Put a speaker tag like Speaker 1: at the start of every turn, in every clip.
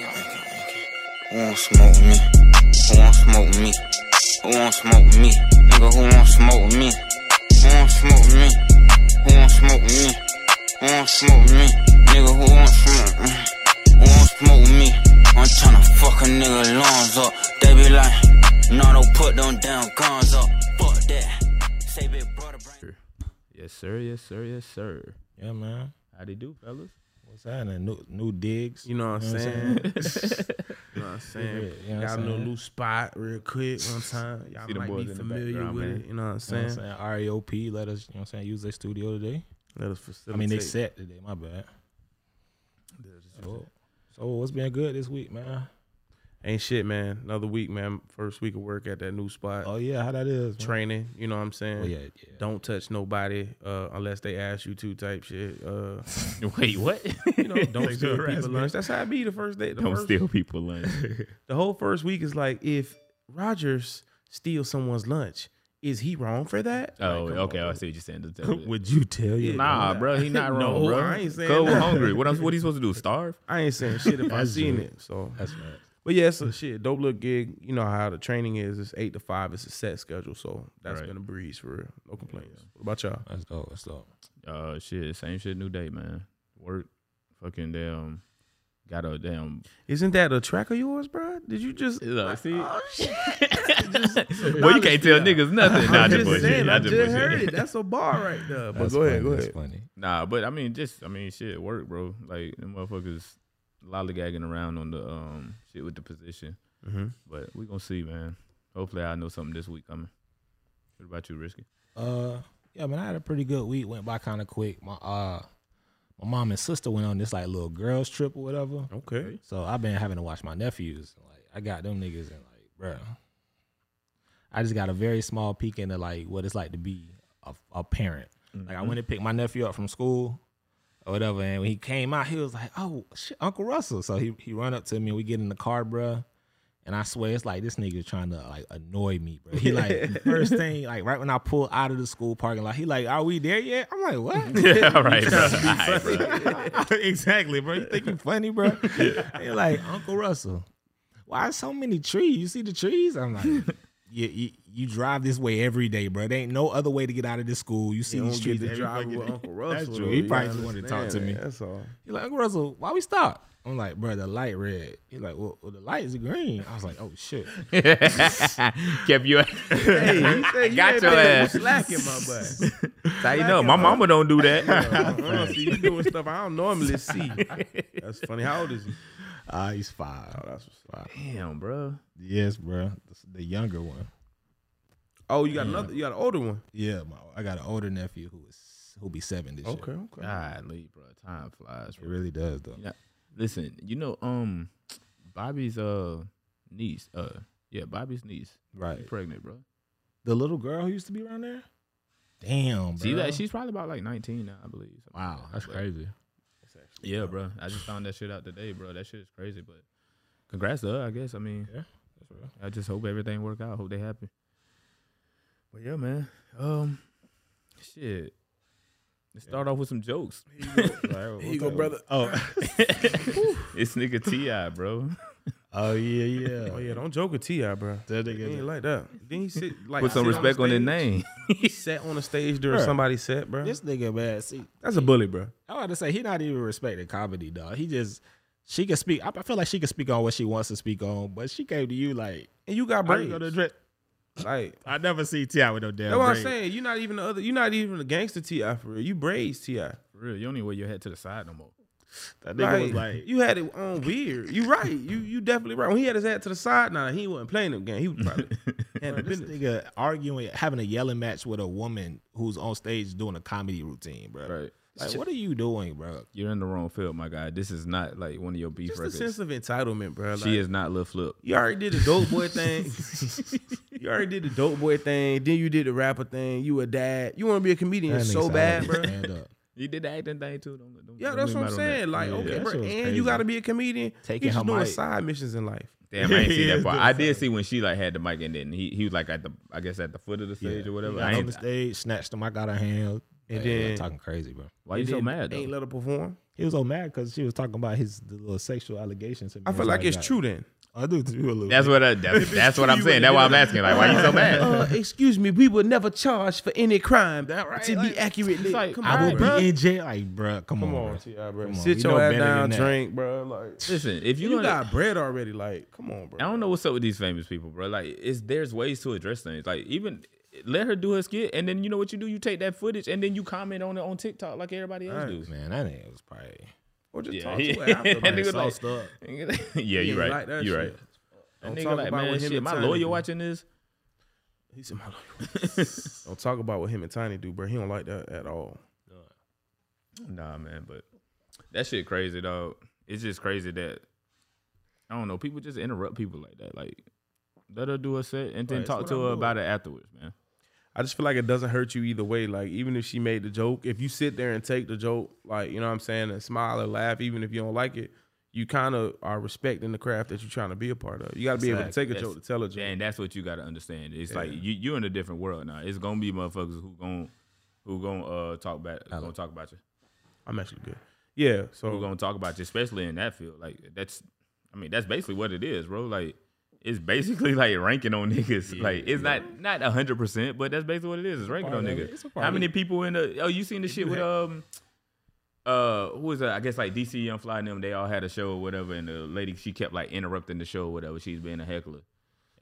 Speaker 1: Who won't smoke with me? Who won't smoke with me? Who won't smoke with me? Nigga, who won't smoke with me? Who won't smoke with me? Who won't smoke with me? Who won't smoke with me? Nigga, who won't smoke with me? Who won't smoke with me? I'm tryna fuck a nigga lungs up. They be like, nah, don't put them damn guns up. Fuck that. Say big brother, bring-
Speaker 2: Yes, sir. Yes, sir. Yes, sir.
Speaker 3: Yeah, man.
Speaker 2: How they do, fellas?
Speaker 3: What's happening? New new digs.
Speaker 2: You know what I'm saying? You know what I'm saying?
Speaker 3: Yeah, you know what I'm
Speaker 2: Got a little
Speaker 3: saying?
Speaker 2: new spot real quick one time. Y'all
Speaker 3: See the
Speaker 2: might
Speaker 3: boys
Speaker 2: be
Speaker 3: in the
Speaker 2: familiar
Speaker 3: background,
Speaker 2: with
Speaker 3: man.
Speaker 2: it. You know what I'm
Speaker 3: You know
Speaker 2: saying?
Speaker 3: what I'm saying? REOP let us, you know what I'm saying, use their studio today.
Speaker 2: Let us facilitate.
Speaker 3: I mean, they set today, my bad. So, so what's been good this week, man?
Speaker 2: Ain't shit, man. Another week, man. First week of work at that new spot.
Speaker 3: Oh, yeah, how that is? man?
Speaker 2: Training. You know what I'm saying?
Speaker 3: Oh, yeah, yeah.
Speaker 2: Don't touch nobody uh, unless they ask you to type shit. Uh,
Speaker 4: Wait, what?
Speaker 2: you know, don't
Speaker 4: Sexual
Speaker 2: steal people
Speaker 4: harassment.
Speaker 2: lunch. That's how I be the first day. The
Speaker 4: Don't
Speaker 2: first,
Speaker 4: steal people lunch.
Speaker 2: The whole first week is like if Rogers steals someone's lunch, is he wrong for that?
Speaker 4: Oh,
Speaker 2: Like, come
Speaker 4: okay.
Speaker 2: on.
Speaker 4: I see what you're saying. Don't tell me.
Speaker 3: Would you tell your
Speaker 4: Nah, bro, he not wrong,
Speaker 2: No,
Speaker 4: bro.
Speaker 2: I ain't saying
Speaker 4: Cause we're
Speaker 2: that.
Speaker 4: hungry. What else? What he supposed to do? Starve?
Speaker 2: I ain't saying shit if I
Speaker 3: That's
Speaker 2: seen
Speaker 3: true.
Speaker 2: it. So,
Speaker 3: That's right.
Speaker 2: but yeah, so shit, dope little gig. You know how the training is. It's eight to five. It's a set schedule, so that's
Speaker 4: Right.
Speaker 2: been a breeze for real. No complaints. What about y'all?
Speaker 3: That's dope. That's dope.
Speaker 4: Uh, shit. Same shit. New day, man. Work. Fucking damn. Got a damn.
Speaker 2: Isn't that a track of yours, bro? Did you just?
Speaker 4: Look, see.
Speaker 2: Oh shit!
Speaker 4: well, you can't tell niggas nothing. Nah,
Speaker 2: I'm
Speaker 4: I
Speaker 2: just
Speaker 4: just bullshit.
Speaker 2: saying. I just
Speaker 4: bullshit.
Speaker 2: heard it. That's a bar right there. But
Speaker 3: That's
Speaker 2: go ahead,
Speaker 3: funny,
Speaker 2: go
Speaker 3: that's
Speaker 2: ahead.
Speaker 3: funny.
Speaker 4: Nah, but I mean, just I mean, shit, work, bro. Like them motherfuckers lollygagging around on the um shit with the position.
Speaker 3: Mm-hmm.
Speaker 2: Mhm.
Speaker 4: But we gonna see, man. Hopefully, I know something this week coming. What about you, Risky?
Speaker 3: Uh, yeah, man, I had a pretty good week. Went by kind of quick. My uh, my mom and sister went on this like little girls trip or whatever.
Speaker 2: Okay.
Speaker 3: So I've been having to watch my nephews. Like I got them niggas and like, bruh. I just got a very small peek into like what it's like to be a, a parent. Like I went and picked my nephew up from school or whatever, and when he came out, he was like, "Oh shit, Uncle Russell." So he he run up to me and we get in the car, bruh. And I swear it's like this nigga trying to like annoy me, bro. He like first thing, like right when I pull out of the school parking lot, he like, "Are we there yet?" I'm like, "What?"
Speaker 4: All right, bro. All right, bro.
Speaker 3: exactly, bro. You think you funny, bro? You're like Uncle Russell. Why so many trees? You see the trees? I'm like, you, you you drive this way every day, bro. There ain't no other way to get out of this school. You see
Speaker 2: You
Speaker 3: these
Speaker 2: don't
Speaker 3: trees
Speaker 2: get to
Speaker 3: every
Speaker 2: drive
Speaker 3: fucking
Speaker 2: with
Speaker 3: day.
Speaker 2: Uncle Russell.
Speaker 3: That's true.
Speaker 2: though,
Speaker 3: He
Speaker 2: you
Speaker 3: probably just wanted to talk to
Speaker 2: understand
Speaker 3: me.
Speaker 2: that. That's all.
Speaker 3: You're like Uncle Russell, why we stop? I'm like, bro, the light red. He's like, well, well, the light is green. I was like, oh shit.
Speaker 4: Kept you.
Speaker 2: Hey, he said you
Speaker 4: Got
Speaker 2: ain't
Speaker 4: your
Speaker 2: been
Speaker 4: ass.
Speaker 2: slacking my butt.
Speaker 4: How you know? My mama don't do that.
Speaker 2: Uh-uh, see, you doing stuff I don't normally see. That's funny. How old is he? Oh,
Speaker 3: Ah, he's five.
Speaker 2: that's what's
Speaker 4: Damn, bro.
Speaker 3: Yes, bro. The younger one.
Speaker 2: Oh, you got another. You got an older one.
Speaker 3: Yeah, my, I got an older nephew who is who'll be seven this year.
Speaker 2: okay.
Speaker 4: Godly, bro. Time flies,
Speaker 3: It
Speaker 4: bro.
Speaker 3: really does though.
Speaker 4: Yeah. Listen, you know, um, Bobby's uh niece, uh, yeah, Bobby's niece,
Speaker 3: Right.
Speaker 4: pregnant, bro.
Speaker 3: The little girl who used to be around there? Damn, bro.
Speaker 4: She like she's probably about like 19 now, I believe. something like
Speaker 3: wow,
Speaker 4: that.
Speaker 3: that's
Speaker 4: But-
Speaker 3: crazy.
Speaker 4: Yeah, bro. I just found that shit out today, bro. That shit is crazy, but congrats to her, I guess. I mean,
Speaker 3: Yeah,
Speaker 4: I just hope everything work out. Hope they happy. But yeah, man. Um, shit. Let's start off with some jokes.
Speaker 2: Here you go, brother.
Speaker 3: Oh,
Speaker 4: it's nigga Ti, bro.
Speaker 3: oh yeah, yeah.
Speaker 2: Oh yeah, don't joke with Ti, bro.
Speaker 3: That
Speaker 2: He
Speaker 3: nigga-
Speaker 2: ain't like that. Then he sit like
Speaker 4: Put some
Speaker 2: sit on
Speaker 4: respect on his
Speaker 2: stage.
Speaker 4: name.
Speaker 2: He sat on the stage during
Speaker 3: Bruh.
Speaker 2: somebody's set, bro.
Speaker 3: This nigga, man. See,
Speaker 2: That's a bully, bro.
Speaker 3: I want to say he not even respecting comedy, dog. He just she can speak. I I feel like she can speak on what she wants to speak on, but she came to you like
Speaker 2: And you got
Speaker 3: I, ain't
Speaker 2: braids.
Speaker 3: gonna address-
Speaker 2: Like
Speaker 3: I never see Ti with no damn.
Speaker 2: that's what I'm
Speaker 3: braid.
Speaker 2: saying. You're not even the other. You're not even a gangster Ti for real. You braids Ti.
Speaker 4: For real, you don't even wear your hat to the side no more.
Speaker 3: That nigga
Speaker 2: Like,
Speaker 3: was like,
Speaker 2: you had it on weird. You right. You you definitely right. When he had his head to the side, now he wasn't playing the game. He was probably handling
Speaker 3: this
Speaker 2: business.
Speaker 3: nigga arguing, having a yelling match with a woman who's on stage doing a comedy routine, bro.
Speaker 4: Right.
Speaker 3: Like, what are you doing, bro?
Speaker 4: You're in the wrong field, my guy. This is not like one of your beef
Speaker 2: Just a
Speaker 4: records.
Speaker 2: sense of entitlement, bro. Like,
Speaker 4: she is not Lil Flip.
Speaker 2: You already did the dope boy thing. you already did the dope boy thing. Then you did the rapper thing. You a dad. You want to be a comedian
Speaker 3: That nigga
Speaker 2: so
Speaker 3: sound
Speaker 2: bad,
Speaker 3: like a
Speaker 2: bro.
Speaker 3: stand-up.
Speaker 4: You did the acting thing too. Don't, don't,
Speaker 2: Yeah,
Speaker 4: don't
Speaker 2: that's
Speaker 4: leave
Speaker 2: what I'm
Speaker 4: him out on that.
Speaker 2: saying. Like,
Speaker 4: Yeah.
Speaker 2: okay,
Speaker 3: that
Speaker 2: bro,
Speaker 3: shit
Speaker 2: and
Speaker 3: was
Speaker 2: you
Speaker 3: crazy.
Speaker 2: got to be a comedian.
Speaker 3: Taking
Speaker 2: He's
Speaker 3: her
Speaker 2: just doing
Speaker 3: mic.
Speaker 2: side missions in life.
Speaker 4: Damn, I ain't see that
Speaker 3: Yeah,
Speaker 4: part. I did see when she like had the mic and then he he was like at the I guess at the foot of the stage
Speaker 3: Yeah.
Speaker 4: or whatever.
Speaker 3: He
Speaker 4: I
Speaker 3: got on
Speaker 4: ain't,
Speaker 3: the stage, snatched him. I got a hand.
Speaker 2: And
Speaker 3: Like,
Speaker 2: then
Speaker 3: talking crazy, bro.
Speaker 4: Why
Speaker 2: and
Speaker 4: you so
Speaker 2: then
Speaker 4: mad though?
Speaker 2: Ain't let her perform.
Speaker 3: He was so mad because she was talking about his the little sexual allegations.
Speaker 2: I feel like it's true then.
Speaker 3: I do too. A little
Speaker 5: That's
Speaker 3: bit.
Speaker 5: what I, that's, that's what I'm saying. That's why I'm asking. Like, why you so mad?
Speaker 2: Uh, excuse me, we would never charge for any crime.
Speaker 3: That right,
Speaker 2: To
Speaker 3: like-
Speaker 2: be accurately,
Speaker 4: It's like,
Speaker 2: come
Speaker 3: I
Speaker 2: on,
Speaker 3: will
Speaker 2: bruh.
Speaker 3: be in jail. Like, bruh, come,
Speaker 2: Come
Speaker 3: on,
Speaker 2: on,
Speaker 3: bruh.
Speaker 2: T.I., bro.
Speaker 3: Come on,
Speaker 2: Sit
Speaker 3: we
Speaker 2: your
Speaker 3: know
Speaker 2: ass
Speaker 3: better than
Speaker 2: down,
Speaker 3: that.
Speaker 2: drink, bro. Like,
Speaker 4: Listen, if you,
Speaker 2: you
Speaker 4: gonna-
Speaker 2: got bread already. Like, come on, bro.
Speaker 4: I don't know what's up with these famous people, bro. Like, it's there's ways to address things. Like, even let her do her skit, and then you know what you do? You take that footage, and then you comment on it on TikTok like everybody else does.
Speaker 3: Man, that nigga was probably
Speaker 2: Or just
Speaker 4: Yeah,
Speaker 2: talk
Speaker 4: he-
Speaker 2: to her after.
Speaker 4: that
Speaker 2: like,
Speaker 4: nigga like-
Speaker 3: sauced up.
Speaker 4: yeah,
Speaker 2: he
Speaker 4: you're
Speaker 2: ain't
Speaker 4: right.
Speaker 2: like that
Speaker 4: you're
Speaker 2: shit.
Speaker 4: right.
Speaker 2: Don't
Speaker 4: That nigga
Speaker 2: talk
Speaker 4: like,
Speaker 2: about
Speaker 4: man,
Speaker 2: what him
Speaker 4: shit,
Speaker 2: and
Speaker 4: my
Speaker 2: Tiny
Speaker 4: lawyer
Speaker 2: do.
Speaker 4: watching this.
Speaker 2: He's in my Don't talk about what him and Tiny do, bro. He don't like that at all.
Speaker 4: Nah, man, but that shit crazy, dog. It's just crazy that I don't know. People just interrupt people like that. Like, let her do a set and then
Speaker 2: Right, that's
Speaker 4: talk
Speaker 2: what
Speaker 4: to
Speaker 2: I'm
Speaker 4: her
Speaker 2: doing.
Speaker 4: about it afterwards, man.
Speaker 2: I just feel like it doesn't hurt you either way. Like, even if she made the joke, if you sit there and take the joke, like, you know what I'm saying, and smile and laugh, even if you don't like it, you kind of are respecting the craft that you're trying to be a part of. You got to be able to
Speaker 4: Exactly.
Speaker 2: take a
Speaker 4: That's-
Speaker 2: joke to tell a joke.
Speaker 4: And that's what you gotta understand. It's like
Speaker 2: Yeah.
Speaker 4: you you in a different world now. It's gonna be motherfuckers who gon' who gon' uh talk back gonna talk about you.
Speaker 2: I'm actually good. Yeah, so.
Speaker 4: Who gonna talk about you, especially in that field. Like that's I mean, that's basically what it is, bro. Like it's basically like ranking on niggas. like it's not not a hundred percent, but that's basically what it is. It's ranking on
Speaker 3: part of it. It's
Speaker 4: niggas.
Speaker 3: a part
Speaker 4: How
Speaker 3: of
Speaker 4: many
Speaker 3: it.
Speaker 4: people in the oh you seen the shit with um uh who was that? I guess like DC Young Fly and them, they all had a show or whatever, and the lady she kept like interrupting the show or whatever. She's being a heckler.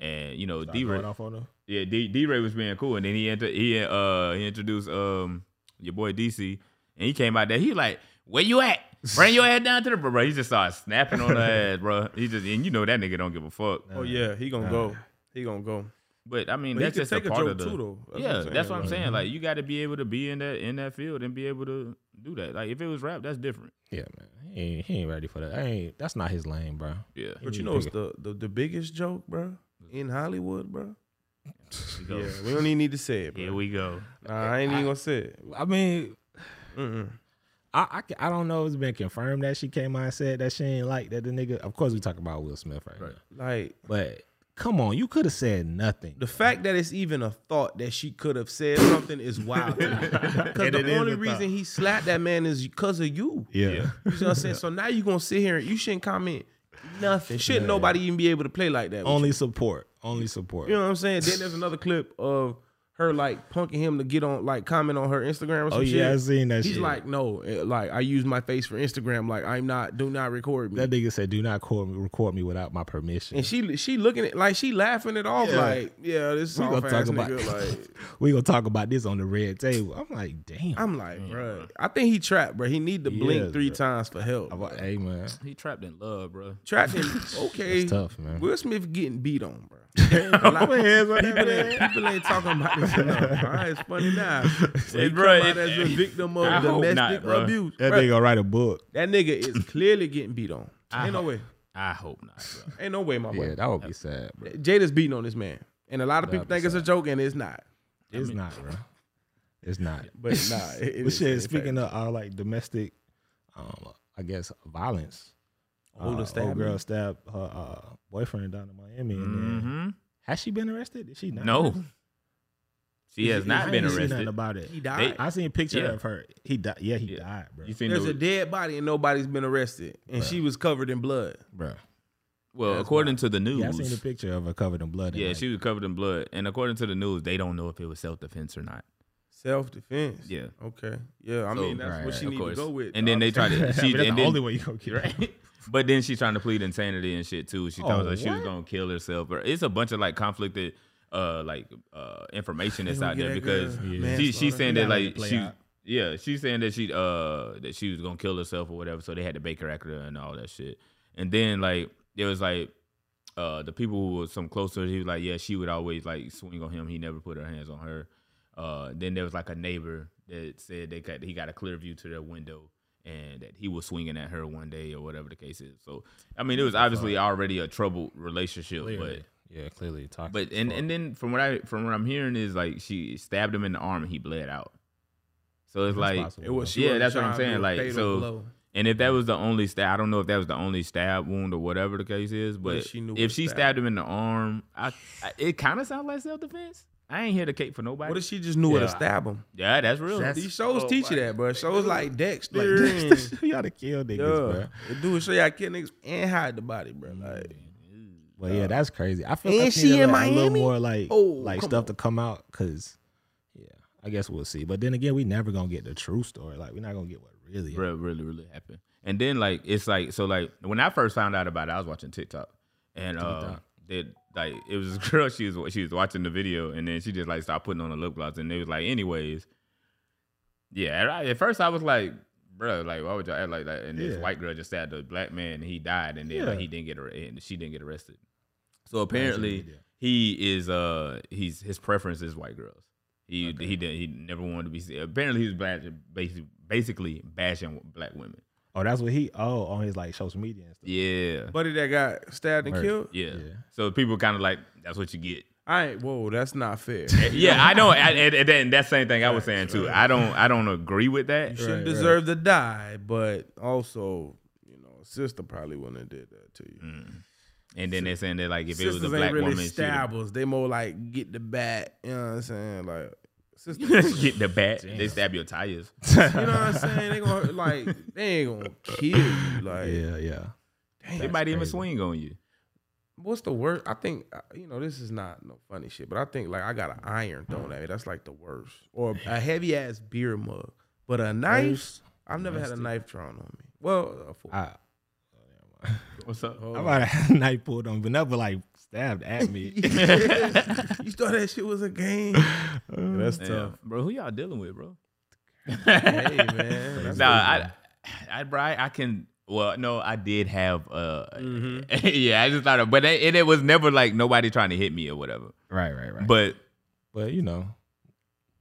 Speaker 4: And you know, D
Speaker 3: Going off on him.
Speaker 4: yeah, D D Ray was being cool, and then he inter- he uh he introduced um your boy DC, and he came out there. He like, where you at? Bring your ass down to the bro. bro. He just started snapping on her ass, bro. He just and you know that nigga don't give a fuck.
Speaker 2: Oh yeah, he gonna go. He gonna go.
Speaker 4: But I mean,
Speaker 2: But he
Speaker 4: that's
Speaker 2: can
Speaker 4: just a
Speaker 2: take a
Speaker 4: part
Speaker 2: joke
Speaker 4: of the.
Speaker 2: too, though. That's what
Speaker 4: yeah,
Speaker 2: I'm
Speaker 4: that's what I'm
Speaker 2: saying, like- mm-hmm.
Speaker 4: saying. Like you got to be able to be in that in that field and be able to do that. Like if it was rap, that's different.
Speaker 3: Yeah, man. He ain't, he ain't ready for that. I ain't. That's not his lane, bro.
Speaker 4: Yeah.
Speaker 2: But you know what's the, the the biggest joke, bro, in Hollywood, bro?
Speaker 4: Go.
Speaker 2: Yeah, we don't even need to say it, bro.
Speaker 4: Here we go.
Speaker 2: Nah, I ain't even gonna say it.
Speaker 3: I mean,
Speaker 2: Mm-mm.
Speaker 3: I, I ca- I don't know. if It's been confirmed that she came out and said that she ain't like that. The nigga. Of course, we talking about Will Smith right, now.
Speaker 2: Like
Speaker 3: But come on, you could have said nothing.
Speaker 2: the fact that it's even a thought that she could have said something is wild. Because
Speaker 3: it
Speaker 2: the
Speaker 3: is
Speaker 2: only
Speaker 3: a
Speaker 2: reason he slapped that man is because of you.
Speaker 3: yeah.
Speaker 2: You know what I'm saying? So now you gonna sit here and you shouldn't comment nothing. Shouldn't nobody even be able to play like that. with
Speaker 3: Only support. Only support.
Speaker 2: You know what I'm saying? Then there's another clip of her like punking him to get on, like comment on her Instagram or some
Speaker 3: Oh, yeah,
Speaker 2: shit.
Speaker 3: I seen that
Speaker 2: He's
Speaker 3: shit.
Speaker 2: like, no, eh, like I use my face for Instagram. Like I'm not, do not record me.
Speaker 3: That nigga said, "Do not call me, record me without my permission."
Speaker 2: and she she looking at like she laughing it off like yeah this is all
Speaker 3: gonna talk
Speaker 2: fast
Speaker 3: about-
Speaker 2: nigga like
Speaker 3: we gonna talk about this on the red table. I'm like, damn.
Speaker 2: I'm like bruh, I think he trapped bruh. he need to
Speaker 3: He
Speaker 2: blink
Speaker 3: is,
Speaker 2: three
Speaker 3: bruh.
Speaker 2: times for help
Speaker 3: I'm like, hey man,
Speaker 4: He trapped in love, bro.
Speaker 2: trapped him okay
Speaker 3: it's tough, man.
Speaker 2: Will Smith getting beat on bruh. Like, people, ain't, people ain't talking about this enough all right it's funny now so he
Speaker 4: Hey,
Speaker 2: come
Speaker 4: bruh,
Speaker 2: out
Speaker 4: it-
Speaker 2: as a victim
Speaker 4: I
Speaker 2: of
Speaker 4: hope
Speaker 2: domestic
Speaker 4: not, bruh.
Speaker 2: abuse
Speaker 3: That
Speaker 2: bruh.
Speaker 3: nigga write a book.
Speaker 2: That nigga is clearly getting beat on. ain't no way.
Speaker 4: I hope not, bro.
Speaker 2: Ain't no way, my
Speaker 3: Yeah,
Speaker 2: boy.
Speaker 3: that would be sad. Bro.
Speaker 2: Jada's beating on this man. And a lot of people think it's a joke, and it's not.
Speaker 3: It's not, bro. It's not.
Speaker 2: But nah, it, it
Speaker 3: But
Speaker 2: is-
Speaker 3: shit,
Speaker 2: it's
Speaker 3: speaking of our like domestic, um, I guess violence.
Speaker 2: Older
Speaker 3: uh,
Speaker 2: stabbing.
Speaker 3: old girl stabbed her uh, boyfriend down in Miami, and then
Speaker 4: hmm
Speaker 3: has she been arrested? Did she not?
Speaker 4: No, she has
Speaker 3: I
Speaker 4: not been
Speaker 3: ain't seen nothing
Speaker 4: arrested.
Speaker 3: about it.
Speaker 2: he died.
Speaker 3: I seen a picture
Speaker 4: Yeah.
Speaker 3: of her. He died. Yeah, he
Speaker 4: Yeah.
Speaker 3: died, bro.
Speaker 4: You seen
Speaker 2: There's
Speaker 4: the-
Speaker 2: a dead body and nobody's been arrested, and she was covered in blood.
Speaker 3: bro.
Speaker 4: Well, according to the news,
Speaker 3: Yeah, I seen a picture of her covered in blood. and,
Speaker 4: yeah,
Speaker 3: like,
Speaker 4: she was covered in blood, and according to the news, they don't know if it was self defense or not.
Speaker 2: Self defense.
Speaker 4: Yeah.
Speaker 2: Okay. Yeah. I
Speaker 4: So-
Speaker 2: mean, that's
Speaker 3: Right,
Speaker 2: what she
Speaker 4: of
Speaker 2: need
Speaker 4: course.
Speaker 2: to go with.
Speaker 4: And then they tried to.
Speaker 3: I
Speaker 4: She,
Speaker 3: mean, that's
Speaker 4: and
Speaker 3: the
Speaker 4: then,
Speaker 3: only way you gonna get it.
Speaker 4: right? But then she's trying to plead insanity and shit too. She thought
Speaker 3: Oh,
Speaker 4: that she was
Speaker 3: what?
Speaker 4: gonna kill herself. Or it's a bunch of like conflicted, uh, like uh, information that's
Speaker 2: gonna
Speaker 4: out
Speaker 2: get
Speaker 4: there
Speaker 2: that girl
Speaker 4: because
Speaker 2: Yeah.
Speaker 4: she she's saying that like
Speaker 3: manslaughter. Yeah, play
Speaker 4: she.
Speaker 3: out.
Speaker 4: Yeah, she's saying that she uh that she was gonna kill herself or whatever, so they had to bake her after her and all that shit. And then like there was like uh the people who were some closer, he was like, Yeah, she would always like swing on him. He never put her hands on her. Uh then there was like a neighbor that said they got he got a clear view to their window and that he was swinging at her one day or whatever the case is. So I mean it was obviously already a troubled relationship, but
Speaker 3: yeah, clearly toxic.
Speaker 4: but and, and then from what I from what I'm hearing is like she stabbed him in the arm and he bled out. So it's like
Speaker 3: possible.
Speaker 2: It was. She
Speaker 4: Yeah,
Speaker 2: wasn't
Speaker 4: that's what I'm
Speaker 2: trying to do
Speaker 4: saying,
Speaker 2: a
Speaker 4: like,
Speaker 2: fatal
Speaker 4: so-
Speaker 2: blow.
Speaker 4: and if that was the only stab, I don't know if that was the only stab wound or whatever the case is, but
Speaker 2: if she knew
Speaker 4: if
Speaker 2: what
Speaker 4: she
Speaker 2: stab-
Speaker 4: stabbed him in the arm, I, I it kind of sounds like self defense. I ain't here to cape for nobody.
Speaker 2: What if she just knew where to stab him?
Speaker 4: yeah, that's real.
Speaker 5: That's-
Speaker 2: These shows
Speaker 5: Oh,
Speaker 2: teach you
Speaker 5: my
Speaker 2: that, bro. Shows like Dexter. and-
Speaker 3: Y'all to kill niggas, bro.
Speaker 2: yeah. It do show y'all kill niggas and hide the body, bro.
Speaker 4: Mm.
Speaker 2: Like,
Speaker 3: But yeah, that's crazy. I feel
Speaker 2: And
Speaker 3: like
Speaker 2: she
Speaker 3: she
Speaker 2: in
Speaker 3: a little
Speaker 2: Miami?
Speaker 3: more like
Speaker 2: Oh,
Speaker 3: like
Speaker 2: come
Speaker 3: stuff to come out because yeah, I guess we'll see. But then again, we never gonna get the true story. Like we're not gonna get what really. happened.
Speaker 4: Really, really, really happened. And then like it's like so like when I first found out about it, I was watching TikTok, and uh, it like it was this girl she was she was watching the video, and then she just like started putting on the lip gloss, and they was like, anyways, yeah. and I- At first I was like, bro, like why would y'all act like that? And this
Speaker 3: Yeah.
Speaker 4: white girl just stabbed a black man, and he died, and then like,
Speaker 3: Yeah.
Speaker 4: he didn't get ar- and she didn't get arrested. So apparently
Speaker 3: media.
Speaker 4: he is uh he's his preference is white girls. He he did he never wanted to be seen. apparently he was black, basically basically bashing black women.
Speaker 3: Oh, that's what he. Oh, on his like social media and stuff.
Speaker 4: Yeah.
Speaker 2: buddy that got stabbed and
Speaker 3: Murdered.
Speaker 2: killed.
Speaker 4: yeah.
Speaker 3: Yeah.
Speaker 4: So people kind of like that's what you get.
Speaker 2: I ain't. Whoa, that's not fair.
Speaker 4: Eh, Yeah, I know, and, and, and that- and that's same thing I was saying too. I don't, I don't agree with that.
Speaker 2: You shouldn't
Speaker 3: right.
Speaker 2: deserve to die, but also, you know, sister probably wouldn't have did that
Speaker 4: Mm.
Speaker 2: to you.
Speaker 4: And then they're saying that like if it
Speaker 2: Sisters
Speaker 4: was a black
Speaker 2: ain't really
Speaker 4: woman, she would've-
Speaker 2: stabbers. They more like get the bat. You know what I'm saying? Like sisters.
Speaker 4: get the bat, they stab your tires.
Speaker 2: you know what I'm saying? They gonna like they ain't gonna kill you. Like
Speaker 3: Yeah, yeah.
Speaker 4: they might even swing on you.
Speaker 2: what's the worst? I think uh, you know this is not no funny shit, but I think like I got an iron thrown at me. That's like the worst, or a heavy ass beer mug. But a knife, I've never had a knife drawn on me. Well, a fork.
Speaker 3: I,
Speaker 4: What's up?
Speaker 3: I might have had a knife pulled on, me, but never like stabbed at me.
Speaker 2: you thought that shit was a game. that's
Speaker 4: Damn. bro, who y'all dealing with, bro?
Speaker 2: Hey man, that's
Speaker 4: Nah, I, I, bro, I, I can. Well, no, I did have. Uh, yeah, I just thought of, but it, and it was never like nobody trying to hit me or whatever.
Speaker 3: right, right, right.
Speaker 4: But
Speaker 3: But you know,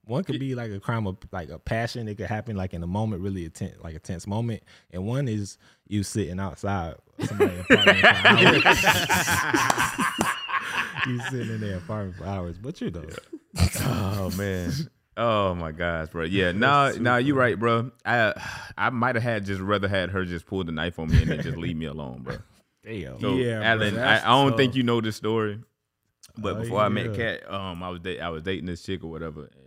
Speaker 3: one could be like a crime of like a passion. It could happen like in a moment, really a tense, like a tense moment. And one is you sitting outside somebody's apartment for hours. you sitting in their apartment for hours, but you know,
Speaker 4: oh man, oh my gosh, bro. Yeah, no, no, you right, bro. I, I might have had just rather had her just pull the knife on me and then just leave me alone, bro.
Speaker 3: damn.
Speaker 4: So,
Speaker 2: Yeah, bro,
Speaker 4: Alan, I, I
Speaker 2: that's
Speaker 4: don't
Speaker 2: tough.
Speaker 4: think you know this story, but
Speaker 3: Oh,
Speaker 4: before I met
Speaker 3: yeah.
Speaker 4: Kat, um, I was da- I was dating this chick or whatever, and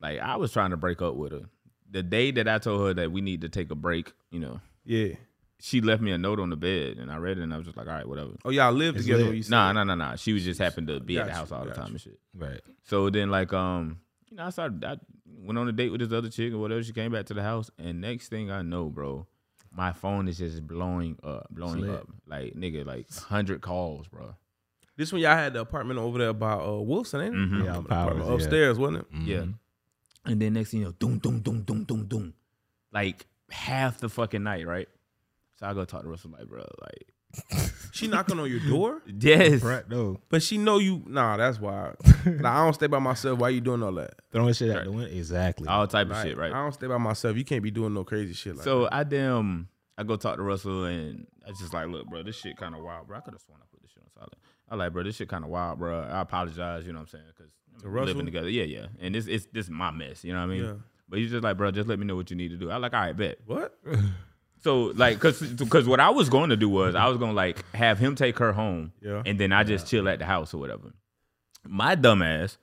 Speaker 4: like I was trying to break up with her. The day that I told her that we need to take a break, you know,
Speaker 2: yeah.
Speaker 4: she left me a note on the bed, and I read it, and I was just like, all right, whatever.
Speaker 2: Oh y'all live together.
Speaker 3: lit.
Speaker 2: when You said
Speaker 4: Nah, nah, nah, nah. She was just happened to be at the
Speaker 2: Gotcha,
Speaker 4: house all the
Speaker 2: gotcha.
Speaker 4: time and shit.
Speaker 3: Right.
Speaker 4: So then, like, um, you know, I started. I went on a date with this other chick or whatever. She came back to the house, and next thing I know, bro, my phone is just blowing up, blowing
Speaker 3: Slit.
Speaker 4: up. Like, nigga, like hundred calls, bro.
Speaker 2: This one y'all had the apartment over there by uh, Wilson, ain't it?
Speaker 4: Mhm.
Speaker 3: Yeah, Powers,
Speaker 2: Um, apartment
Speaker 3: Mm-hmm. yeah.
Speaker 2: upstairs, wasn't
Speaker 3: Mm-hmm.
Speaker 2: it?
Speaker 4: Yeah. And then next thing you know, doom, doom, doom, doom, doom, doom. Like half the fucking night, right? So I go talk to Russell, like, bro, like,
Speaker 2: She knocking on your door,
Speaker 4: yes,
Speaker 3: Right. No.
Speaker 2: but she know you. Nah, that's why. Nah, I don't stay by myself. Why you doing all that?
Speaker 3: Throwing shit out the window. Exactly.
Speaker 4: all type of shit,
Speaker 2: Like,
Speaker 4: right?
Speaker 2: I don't stay by myself. You can't be doing no crazy shit like
Speaker 4: So I damn, I go talk to Russell and I just like, look, bro, this shit kind of wild, bro. I could have sworn I put this shit on silent. I like, bro, this shit kind of wild, bro. I apologize, you know what I'm saying? Because we're
Speaker 2: Russell?
Speaker 4: living together, yeah, yeah. And this, it's this is my mess, you know what I mean?
Speaker 2: Yeah.
Speaker 4: But he's just like, bro, just let me know what you need to do. I like, all right, bet.
Speaker 2: that. What?
Speaker 4: So like, cause, 'cause what I was going to do was I was gonna like have him take her home,
Speaker 2: Yeah.
Speaker 4: and then I just chill at the house or whatever. My dumbass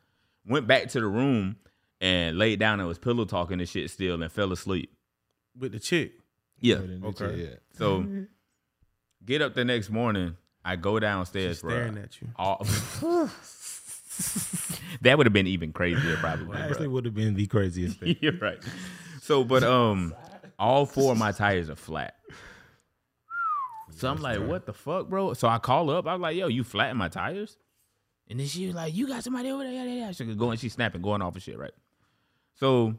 Speaker 4: went back to the room and laid down and was pillow talking and shit still and fell asleep.
Speaker 2: With the chick.
Speaker 4: Yeah.
Speaker 2: Okay.
Speaker 3: Yeah.
Speaker 4: So get up the next morning. I go downstairs, bro.
Speaker 2: staring at you.
Speaker 4: All- that would have been even crazier, probably.
Speaker 3: That
Speaker 4: bruh.
Speaker 3: actually would have been the craziest thing.
Speaker 4: You're right. So, but um, all four of my tires are flat. So I'm like, what the fuck, bro? So I call up. I was like, yo, you flattened my tires? And then she was like, you got somebody over there? Yeah, yeah, yeah. She going, she's snapping, going off and shit, right? So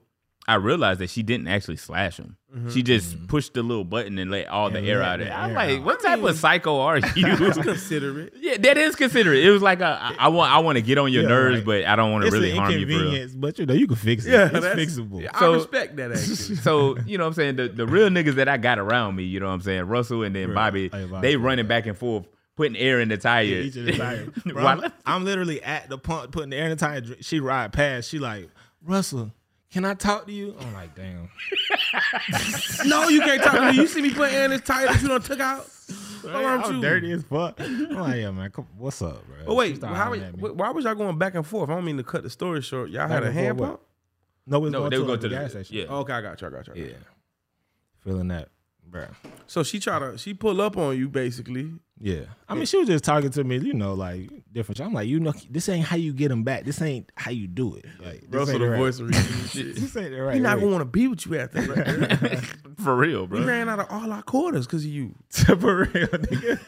Speaker 4: I realized that she didn't actually slash him. She just pushed the little button and let all the
Speaker 3: And
Speaker 4: air
Speaker 3: Mm-hmm. let
Speaker 4: out of
Speaker 3: the
Speaker 4: it. I'm
Speaker 3: air
Speaker 4: like,
Speaker 3: out.
Speaker 4: what type of psycho are you?
Speaker 2: That's considerate.
Speaker 4: yeah, that is considerate. It was like, a, I, I want, I want to get on your
Speaker 3: Yeah,
Speaker 4: nerves,
Speaker 3: like,
Speaker 4: but I don't want to
Speaker 3: It's
Speaker 4: really
Speaker 3: an
Speaker 4: harm you, bro.
Speaker 3: inconvenience, but you know you can fix it. it's fixable.
Speaker 2: Yeah,
Speaker 4: So-
Speaker 2: I respect that actually.
Speaker 4: so you know what I'm saying the, the real niggas that I got around me, you know what I'm saying Russell and then Bobby,
Speaker 3: Hey, Bobby,
Speaker 4: they running back and forth, putting air in the tire.
Speaker 3: each of the tire. Bro,
Speaker 4: While-
Speaker 3: I'm, I'm literally at the pump putting the air in the tire. Dr- She ride past. She like, Russell, can I talk to you? I'm like, damn.
Speaker 2: no, you can't talk to me. You see me putting in this title that you done took out. aren't
Speaker 3: I'm
Speaker 2: you?
Speaker 3: dirty as fuck. I'm like, yeah, man, come, what's up, bro?
Speaker 2: But
Speaker 3: She
Speaker 2: wait,
Speaker 3: started
Speaker 2: how,
Speaker 3: hollering at me.
Speaker 2: wh- why was y'all going back and forth? I don't mean to cut the story short. Y'all
Speaker 3: Back
Speaker 2: had a
Speaker 3: and forth
Speaker 2: hand
Speaker 3: what?
Speaker 2: pump?
Speaker 3: no, we
Speaker 4: No,
Speaker 3: was
Speaker 4: they
Speaker 3: going
Speaker 4: would go to
Speaker 3: to like, the gas
Speaker 4: the
Speaker 3: station.
Speaker 4: yeah.
Speaker 2: Okay, I got you. I got you. I got you.
Speaker 3: yeah, feeling that, bro.
Speaker 2: So she try to she pull up on you basically.
Speaker 3: Yeah, I mean, she was just talking to me, you know, like different. I'm like, you know, this ain't how you get them back. This ain't how you do it. Like, this
Speaker 2: Russell
Speaker 3: ain't
Speaker 2: the
Speaker 3: the right.
Speaker 2: voice reason.
Speaker 3: This ain't the right.
Speaker 2: He not
Speaker 3: way.
Speaker 2: gonna want to be with you after that.
Speaker 4: for real, bro.
Speaker 2: we ran out of all our quarters because of you.
Speaker 3: for real, nigga.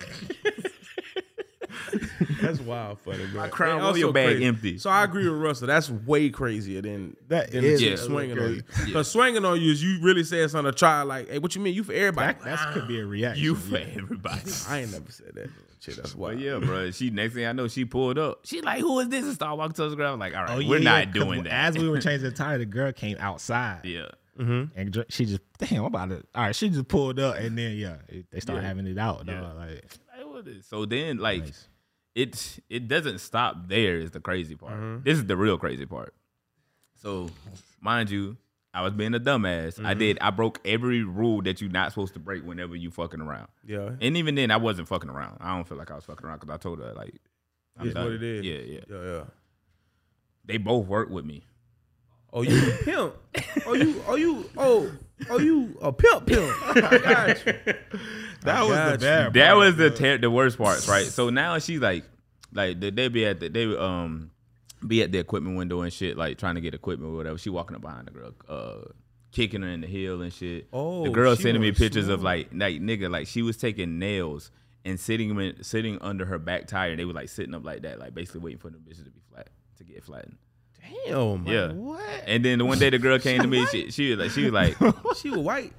Speaker 2: That's wild, funny, bro. My
Speaker 4: crown royal bag empty.
Speaker 2: So I agree with Russell. That's way crazier than
Speaker 3: That
Speaker 2: than
Speaker 3: is
Speaker 2: the chick
Speaker 4: yeah.
Speaker 2: swinging on you.
Speaker 3: crazy.
Speaker 2: Because swinging on you is you really said something to try like, hey, what you mean? You for everybody?
Speaker 3: That that's, could be a reaction.
Speaker 4: You for everybody.
Speaker 2: I ain't never said that. Shit, that's
Speaker 4: But
Speaker 2: wild.
Speaker 4: yeah, bro. She next thing I know, she pulled up. She like, who is this? And start walking towards the ground. I'm like, all right,
Speaker 3: Oh,
Speaker 4: we're
Speaker 3: yeah,
Speaker 4: not
Speaker 3: yeah, 'cause
Speaker 4: doing that.
Speaker 3: As we were changing the tire, the girl came outside.
Speaker 4: yeah.
Speaker 3: And dr- she just, damn, I'm about to. All right, she just pulled up, and then yeah, it, they start having it out. dog, Like,
Speaker 4: Like, what is- So then, like, it it doesn't stop there. Is the crazy part.
Speaker 2: Mm-hmm.
Speaker 4: This is the real crazy part. So, mind you, I was being a dumbass. I
Speaker 2: Mm-hmm.
Speaker 4: did. I broke every rule that you're not supposed to break whenever you fucking around.
Speaker 2: Yeah.
Speaker 4: And even then, I wasn't fucking around. I don't feel like I was fucking around because I told her like, I'm
Speaker 2: It's
Speaker 4: done.
Speaker 2: what it is.
Speaker 4: Yeah, yeah.
Speaker 2: Yeah, yeah.
Speaker 4: They both worked with me.
Speaker 2: Oh, you a pimp? Oh, you? Oh, you? Oh, oh, you a pimp? Pimp? I got you.
Speaker 3: that
Speaker 2: was the
Speaker 3: was
Speaker 2: got
Speaker 3: the
Speaker 2: you.
Speaker 3: bad.
Speaker 2: bad
Speaker 4: that was the ter- the worst parts, right? So now she's like, like they- they be at the, they um be at the equipment window and shit, like trying to get equipment or whatever. She walking up behind the girl, uh, kicking her in the heel and shit.
Speaker 2: Oh,
Speaker 4: the girl
Speaker 2: she
Speaker 4: sending me
Speaker 2: was
Speaker 4: pictures of
Speaker 2: smooth.
Speaker 4: like like nigga, like she was taking nails and sitting them in, sitting under her back tire. They were like sitting up like that, like basically waiting for the bitches to be flat to get flattened.
Speaker 2: Damn. Yeah.
Speaker 4: yeah. What? And then the one day the girl came to me, she she was like she was like,
Speaker 2: She was white.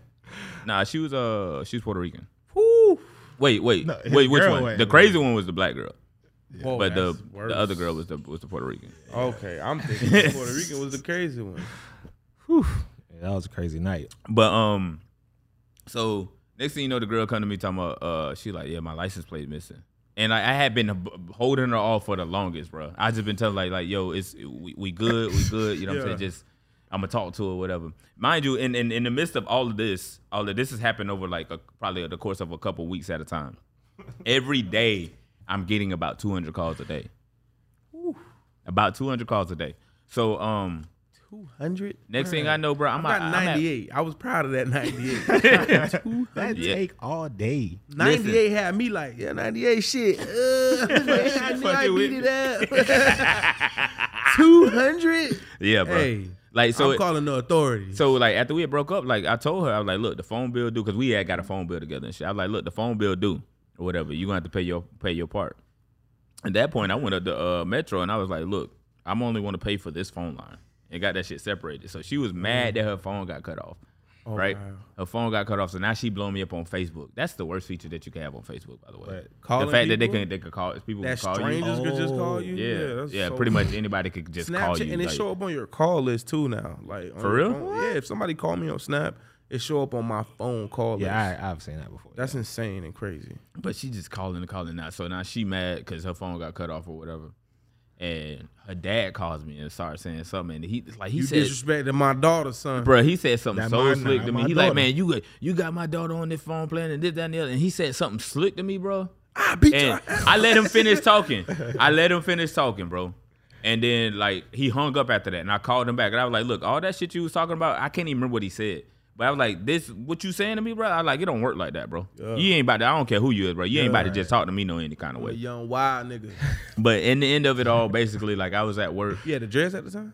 Speaker 4: nah, she was uh she was Puerto Rican.
Speaker 2: Whew.
Speaker 4: Wait, wait,
Speaker 3: No, his
Speaker 4: wait. Which
Speaker 3: girl
Speaker 4: one?
Speaker 3: went-
Speaker 4: the crazy one was the black girl,
Speaker 2: Whoa,
Speaker 4: but the
Speaker 2: that's worse.
Speaker 4: the other girl was the was the Puerto Rican.
Speaker 2: Okay, I'm thinking the Puerto Rican was the crazy one.
Speaker 3: Yeah, that was a crazy night.
Speaker 4: But um, so next thing you know, the girl come to me talking about uh, she like, yeah, my license plate missing, and I, I had been b- holding her off for the longest, bro. I just been telling like like yo, it's we, we good, we good. You know what I'm
Speaker 2: Yeah.
Speaker 4: saying? Just I'm gonna talk to her, whatever. Mind you, in, in in the midst of all of this, all of this has happened over like a, probably the course of a couple weeks at a time. Every day, I'm getting about 200 calls a day. About 200 calls a day. So um,
Speaker 2: Two hundred.
Speaker 4: next thing I know, bro, I'm,
Speaker 2: I
Speaker 4: at-
Speaker 2: got
Speaker 4: I'm at-
Speaker 2: 98. I was proud of that 98.
Speaker 3: That
Speaker 4: Yeah.
Speaker 3: take all day.
Speaker 2: 98 had me like, yeah, 98 shit. Uh, man, I knew
Speaker 4: Fuck
Speaker 2: I
Speaker 4: you
Speaker 2: beat
Speaker 4: with
Speaker 2: it up. 200?
Speaker 4: Yeah, bro.
Speaker 2: Hey,
Speaker 4: like so,
Speaker 2: I'm
Speaker 4: it-
Speaker 2: calling the authorities.
Speaker 4: so like after we had broke up, like I told her, I was like, look, the phone bill due because we had got a phone bill together and shit. I was like, look, the phone bill due or whatever. You gonna have to pay your pay your part. At that point, I went up to uh, Metro and I was like, look, I'm only want to pay for this phone line and got that shit separated. So she was mad that her phone got cut off. right,
Speaker 2: Oh, wow.
Speaker 4: her phone got cut off, so now she blowing me up on Facebook. That's the worst feature that you can have on Facebook, by the way.
Speaker 2: calling
Speaker 4: the fact that they
Speaker 2: people?
Speaker 4: can they can call people
Speaker 2: that
Speaker 4: can call
Speaker 2: strangers could just call you.
Speaker 4: you. Yeah, yeah,
Speaker 2: that's so
Speaker 4: pretty much anybody could just call
Speaker 2: Snapchat
Speaker 4: you.
Speaker 2: and it
Speaker 4: like-
Speaker 2: show up on your call list too now. Like on
Speaker 4: For
Speaker 2: your
Speaker 4: real?
Speaker 2: phone. Yeah, if somebody call me on Snap, it show up on my phone call list.
Speaker 3: Yeah, I, I've seen that before.
Speaker 2: That's insane and crazy.
Speaker 4: But she just calling and calling now. So now she mad because her phone got cut off or whatever. And her dad calls me and starts saying something. And he like he
Speaker 2: You
Speaker 4: said,
Speaker 2: disrespected my daughter, son.
Speaker 4: bro, he said something
Speaker 3: That
Speaker 4: so
Speaker 3: my-
Speaker 4: slick
Speaker 3: nah,
Speaker 4: to
Speaker 3: my
Speaker 4: me. He
Speaker 3: daughter.
Speaker 4: like, man, you got you got my daughter on this phone playing and this that and the other. And he said something slick to me, bro.
Speaker 2: I beat your
Speaker 4: And I let him finish talking. I let him finish talking, bro. And then like he hung up after that, and I called him back, and I was like, "Look, all that shit you was talking about, I can't even remember what he said." But I was like, "This, what you saying to me, bro?" I was like, "It don't work like that, bro. You ain't about to. I don't care who you is, bro. You ain't about to just talk to me no any kind of
Speaker 2: A
Speaker 4: way."
Speaker 2: young wild nigga.
Speaker 4: But in the end of it all, basically, like I was at work.
Speaker 2: You had a dress at the time?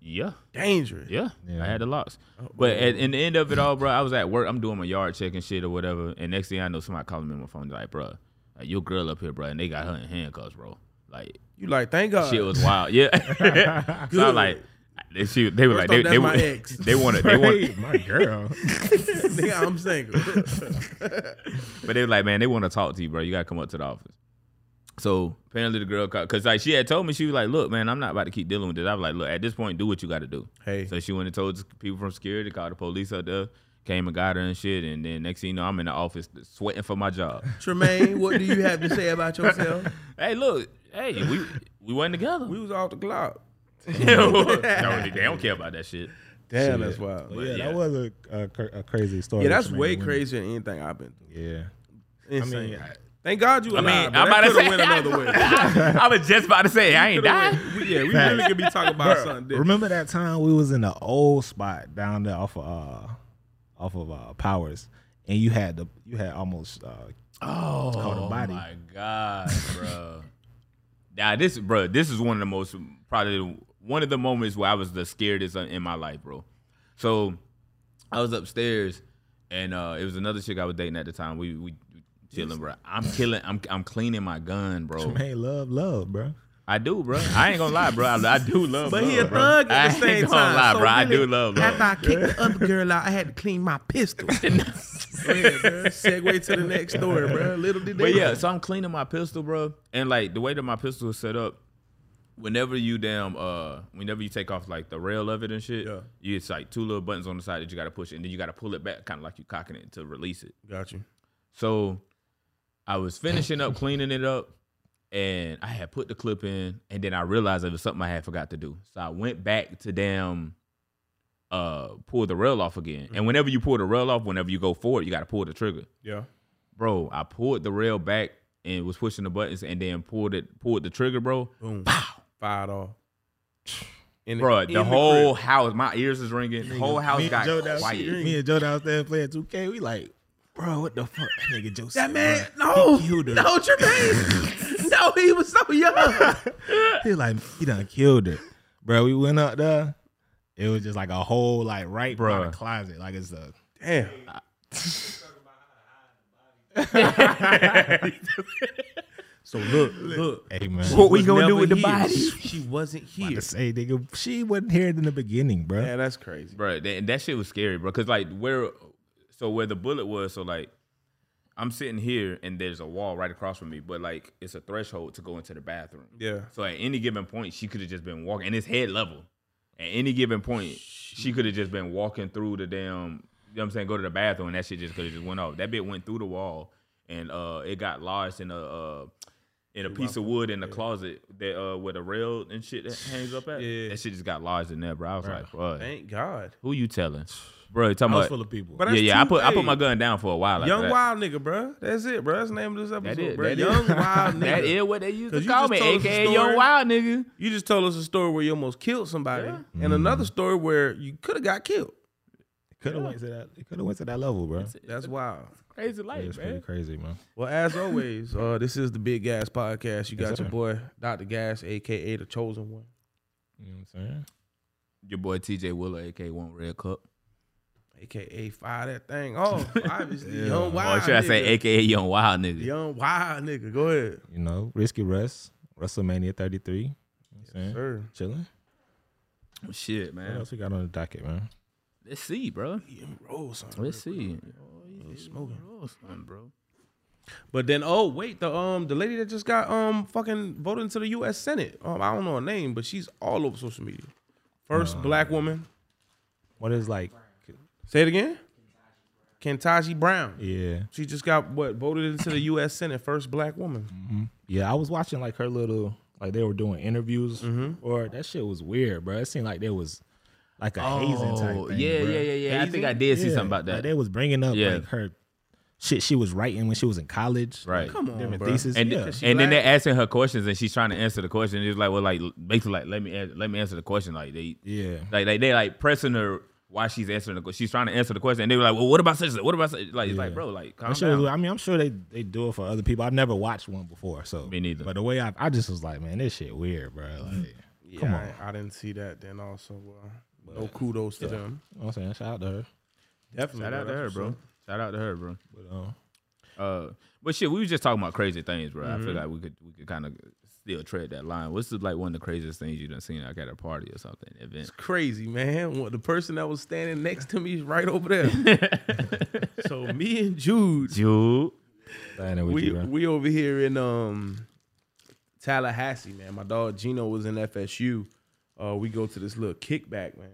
Speaker 4: Yeah,
Speaker 2: Dangerous.
Speaker 4: yeah,
Speaker 3: Yeah.
Speaker 4: I had the locks. But at, in the end of it all, bro, I was at work. I'm doing my yard check and shit or whatever. And next thing I know, somebody calling me on my phone, like, "Bro, like, your girl up here, bro, and they got her in handcuffs, bro." Like.
Speaker 2: You like, thank God.
Speaker 4: shit was wild. Yeah. so I
Speaker 2: Good.
Speaker 4: like they she, they were
Speaker 2: First
Speaker 4: like
Speaker 2: off,
Speaker 4: they
Speaker 2: that's
Speaker 4: they,
Speaker 2: my
Speaker 4: wa-
Speaker 2: ex.
Speaker 4: they wanted they want
Speaker 3: my girl.
Speaker 2: Nigga, I'm single.
Speaker 4: but they were like man they want to talk to you bro you gotta come up to the office. So apparently the girl because like she had told me she was like look man I'm not about to keep dealing with this I was like look at this point do what you got to do.
Speaker 2: Hey.
Speaker 4: So she went and told people from security called the police up there came and got her and shit and then next thing you know I'm in the office sweating for my job.
Speaker 2: Tremaine, what do you have to say about yourself?
Speaker 4: hey look hey we we wasn't together.
Speaker 2: We was off the clock.
Speaker 4: No, they don't care about that shit.
Speaker 2: Damn, that's wild.
Speaker 3: yeah,
Speaker 4: yeah.
Speaker 3: that was a, a, cr- a crazy story.
Speaker 2: Yeah, that's
Speaker 3: Tremaine
Speaker 2: way
Speaker 3: Wynn.
Speaker 2: crazier than anything I've been through.
Speaker 3: Yeah,
Speaker 2: Insane. Thank God you.
Speaker 4: I mean, I'm
Speaker 2: alive, bro. That
Speaker 4: about to
Speaker 2: coulda
Speaker 4: say-
Speaker 2: went another way.
Speaker 4: I was just about to say I ain't dying.
Speaker 2: We- yeah, we really could be talking about something. different.
Speaker 3: Remember that time we was in the old spot down there off of uh, off of uh, Powers, and you had the you had almost uh,
Speaker 4: Oh,
Speaker 3: called a body.
Speaker 4: my god, bro. now this, bro, this is one of the most probably one of the moments where I was the scaredest in my life, bro. So I was upstairs, and uh it was another chick I was dating at the time. We we chilling, bro. I'm killing. I'm I'm cleaning my gun, bro.
Speaker 3: man love love, bro.
Speaker 4: I do, bro. I ain't gonna lie, bro. I, I do love.
Speaker 2: But
Speaker 4: love,
Speaker 2: he a
Speaker 4: bro.
Speaker 2: thug
Speaker 4: I
Speaker 2: at the
Speaker 4: ain't
Speaker 2: same
Speaker 4: gonna
Speaker 2: time.
Speaker 4: lie,
Speaker 2: so
Speaker 4: bro. I
Speaker 2: really,
Speaker 4: do love. love.
Speaker 2: After I kicked the other girl out, I had to clean my pistol. Go ahead, bro. Segue to the next story, bro. Little did they
Speaker 4: But yeah,
Speaker 2: know.
Speaker 4: so I'm cleaning my pistol, bro, and like the way that my pistol is set up, whenever you damn uh, whenever you take off like the rail of it and shit,
Speaker 2: Yeah.
Speaker 4: you it's like two little buttons on the side that you gotta push, and then you gotta pull it back, kind of like you cocking it to release it.
Speaker 2: got you.
Speaker 4: So I was finishing up cleaning it up, and I had put the clip in, and then I realized it was something I had forgot to do. So I went back to damn uh pull the rail off again.
Speaker 2: Mm-hmm.
Speaker 4: And whenever you pull the rail off, whenever you go forward, you gotta pull the trigger
Speaker 2: Yeah.
Speaker 4: bro, I pulled the rail back and was pushing the buttons and then pulled it, pulled the trigger, bro.
Speaker 2: Boom. Fired off. In
Speaker 4: Bro,
Speaker 2: in
Speaker 4: the whole
Speaker 2: crib.
Speaker 4: house, my ears is ringing. The whole house got quiet.
Speaker 3: me and Joe downstairs playing 2K. We like, bro, what the fuck? That nigga Joe
Speaker 2: That
Speaker 3: said,
Speaker 2: man,
Speaker 3: bruh,
Speaker 2: no,
Speaker 3: he killed her.
Speaker 2: no, Jermaine, no, he was so young.
Speaker 3: He like, he done killed her. Bro, we went up there. It was just like a whole like right by the
Speaker 4: Bruh.
Speaker 3: closet. Like it's a
Speaker 2: Damn, so look, look,
Speaker 3: hey man.
Speaker 4: What we
Speaker 2: was
Speaker 4: gonna do
Speaker 2: never
Speaker 4: with the
Speaker 2: here.
Speaker 4: body?
Speaker 2: She wasn't here.
Speaker 3: to say, nigga, she wasn't here in the beginning, bro.
Speaker 2: Yeah, that's crazy.
Speaker 4: Bro, that, that shit was scary, bro. Cause like where, so where the bullet was, so like I'm sitting here and there's a wall right across from me, but like it's a threshold to go into the bathroom.
Speaker 2: Yeah,
Speaker 4: So at any given point, she could have just been walking, and it's head level. At any given point, she could have just been walking through the damn, you know what I'm saying, go to the bathroom, and that shit just could have just went off. That bit went through the wall, and uh, it got lodged in a uh, in a piece of wood in the closet that uh, where the rail and shit that hangs up at.
Speaker 2: Yeah.
Speaker 4: That shit just got lodged in there, bro. I was like, bro,
Speaker 2: thank God.
Speaker 4: who you telling, bro? you
Speaker 3: I
Speaker 4: Talking
Speaker 3: was
Speaker 4: about
Speaker 3: full of people.
Speaker 2: But
Speaker 4: yeah,
Speaker 2: that's
Speaker 4: yeah. I
Speaker 2: two
Speaker 4: put I put
Speaker 2: things.
Speaker 4: my gun down for a while. after
Speaker 2: Young
Speaker 4: that.
Speaker 2: Wild Nigga, bro. That's it, bro. That's the name of this episode,
Speaker 4: it,
Speaker 2: bro.
Speaker 4: that it.
Speaker 2: Young Wild Nigga.
Speaker 4: That is what they used to
Speaker 2: 'Cause you
Speaker 4: call
Speaker 2: just
Speaker 4: me,
Speaker 2: told us a
Speaker 4: aka
Speaker 2: story.
Speaker 4: Young Wild nigga.
Speaker 2: You just told us a story where you almost killed somebody,
Speaker 4: Yeah. Mm-hmm.
Speaker 2: and another story where you could have got killed.
Speaker 3: Could have went to that. It could have went to that level, bro.
Speaker 2: That's wild.
Speaker 4: Crazy life,
Speaker 3: It's
Speaker 4: man.
Speaker 3: pretty crazy, man.
Speaker 2: Well, as always, uh, this is the Big Gas Podcast. You got
Speaker 3: Yes,
Speaker 2: your
Speaker 3: sir.
Speaker 2: boy Dr. Gas, aka the Chosen One.
Speaker 3: You know what I'm saying?
Speaker 4: Your boy TJ Willer, aka One Red Cup.
Speaker 2: AKA fire that thing off. Obviously, young
Speaker 4: Or
Speaker 2: wild.
Speaker 4: Oh, should I say,
Speaker 2: Ah, nigga.
Speaker 4: aka Young Wild Nigga?
Speaker 2: young wild nigga? Go ahead,
Speaker 3: You know, Risky Russ, WrestleMania 33. You know what I'm saying?
Speaker 2: sir.
Speaker 3: Chilling.
Speaker 4: Shit,
Speaker 3: What
Speaker 4: man.
Speaker 3: else we got on the docket, man?
Speaker 4: Let's see, bro.
Speaker 2: Yeah, roll something.
Speaker 4: Let's see.
Speaker 2: smoking.
Speaker 4: bro.
Speaker 2: But then, oh wait, the um the lady that just got um fucking voted into the U.S. Senate. Um, I don't know her name, but she's all over social media. First black woman.
Speaker 3: What is like?
Speaker 2: Say it again. Kentaji Brown.
Speaker 3: Yeah,
Speaker 2: She just got what voted into the U.S. Senate. First black woman.
Speaker 3: yeah. I was watching like her little like they were doing interviews
Speaker 4: Mm-hmm.
Speaker 3: or that shit was weird, bro. It seemed like there was like a hazing type
Speaker 4: Oh,
Speaker 3: thing.
Speaker 4: yeah,
Speaker 3: bro.
Speaker 4: yeah, yeah, yeah. I think I
Speaker 2: Hazing?
Speaker 4: did see something about
Speaker 3: Like,
Speaker 4: that.
Speaker 3: they was bringing up
Speaker 4: Yeah.
Speaker 3: like her shit she was writing when she was in college.
Speaker 4: Right.
Speaker 2: Come on,
Speaker 3: Different
Speaker 2: bro.
Speaker 3: thesis.
Speaker 4: and
Speaker 3: yeah.
Speaker 2: she
Speaker 4: and then
Speaker 2: black.
Speaker 4: they're asking her questions, and she's trying to answer the question. It's like, well, like basically, like let me an- let me answer the question. Like they,
Speaker 3: yeah.
Speaker 4: like they, they like pressing her why she's answering the question. She's trying to answer the question, and they were like, well, what about such? What about such? Like it's like, bro, like calm
Speaker 3: I'm sure.
Speaker 4: down.
Speaker 3: I mean, I'm sure they, they do it for other people. I've never watched one before, so
Speaker 4: Me neither. Mm-hmm.
Speaker 3: But the way I, I just was like, man, this shit weird, bro. Like,
Speaker 2: Yeah,
Speaker 3: come on.
Speaker 2: I, I didn't see that. Then also, uh, no kudos to them.
Speaker 3: You know what I'm saying, shout out to her.
Speaker 2: Definitely.
Speaker 4: Shout out to
Speaker 2: that's
Speaker 4: her,
Speaker 2: what's
Speaker 4: bro.
Speaker 2: up.
Speaker 4: Shout out to her, bro.
Speaker 3: But um,
Speaker 4: Uh, but shit, we was just talking about crazy things, bro. I feel like we could we could kind of still tread that line. What's the, like one of the craziest things you done seen like at a party or something event?
Speaker 2: It's crazy, man. Well, the person that was standing next to me is right over there. so me and Jude,
Speaker 4: Dude,
Speaker 3: signing with
Speaker 2: we
Speaker 3: you, bro.
Speaker 2: we over here in um Tallahassee, man. My dog Gino was in FSU. Uh, we go to this little kickback, man.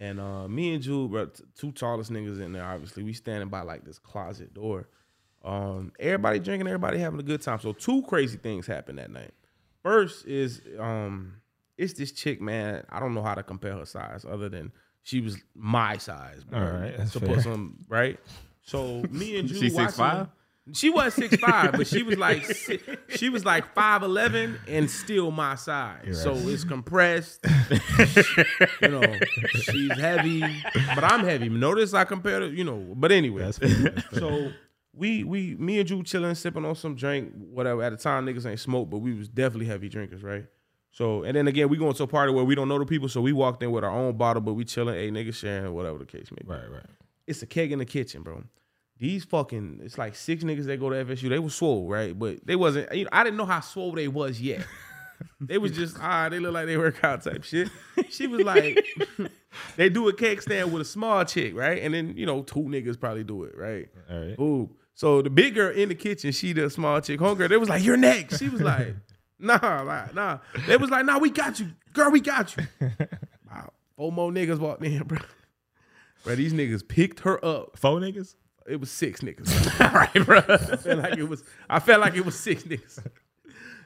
Speaker 2: And uh, me and Jude, bro, t- two tallest niggas in there. Obviously, we standing by like this closet door. Um, everybody drinking, everybody having a good time. So two crazy things happened that night. First is um, it's this chick, man. I don't know how to compare her size other than she was my size. Bro.
Speaker 3: All right, that's
Speaker 2: to
Speaker 3: fair.
Speaker 2: put some right. So me and Jude
Speaker 4: She
Speaker 2: watching-
Speaker 4: 6'5"?
Speaker 2: She was six five, but she was like si- she was like five eleven and still my size. So it's compressed. you know, she's heavy, but I'm heavy. Notice I compared it, you know. But anyway, so we we me and Drew chilling, sipping on some drink, whatever. At the time, niggas ain't smoked, but we was definitely heavy drinkers, right? So and then again, we going to a party where we don't know the people, so we walked in with our own bottle, but we chilling, eight niggas sharing, whatever the case may be.
Speaker 3: Right, right.
Speaker 2: It's a keg in the kitchen, bro. These fucking, it's like six niggas that go to FSU. They were swole, right? But they wasn't. You know, I didn't know how swole they was yet. They was just ah, they look like they work out type shit. She was like, they do a keg stand with a small chick, right? And then you know two niggas probably do it, right?
Speaker 3: All right.
Speaker 2: Ooh. So the big girl in the kitchen, she the small chick, homegirl. They was like, "You're next." She was like, "Nah, like, nah." They was like, "Nah, we got you, girl. We got you." Wow. Four more niggas walked in, bro. Bro, these niggas picked her up.
Speaker 3: Four niggas?
Speaker 2: It was six niggas. All right, bro. I felt like it was. I felt like it was six niggas.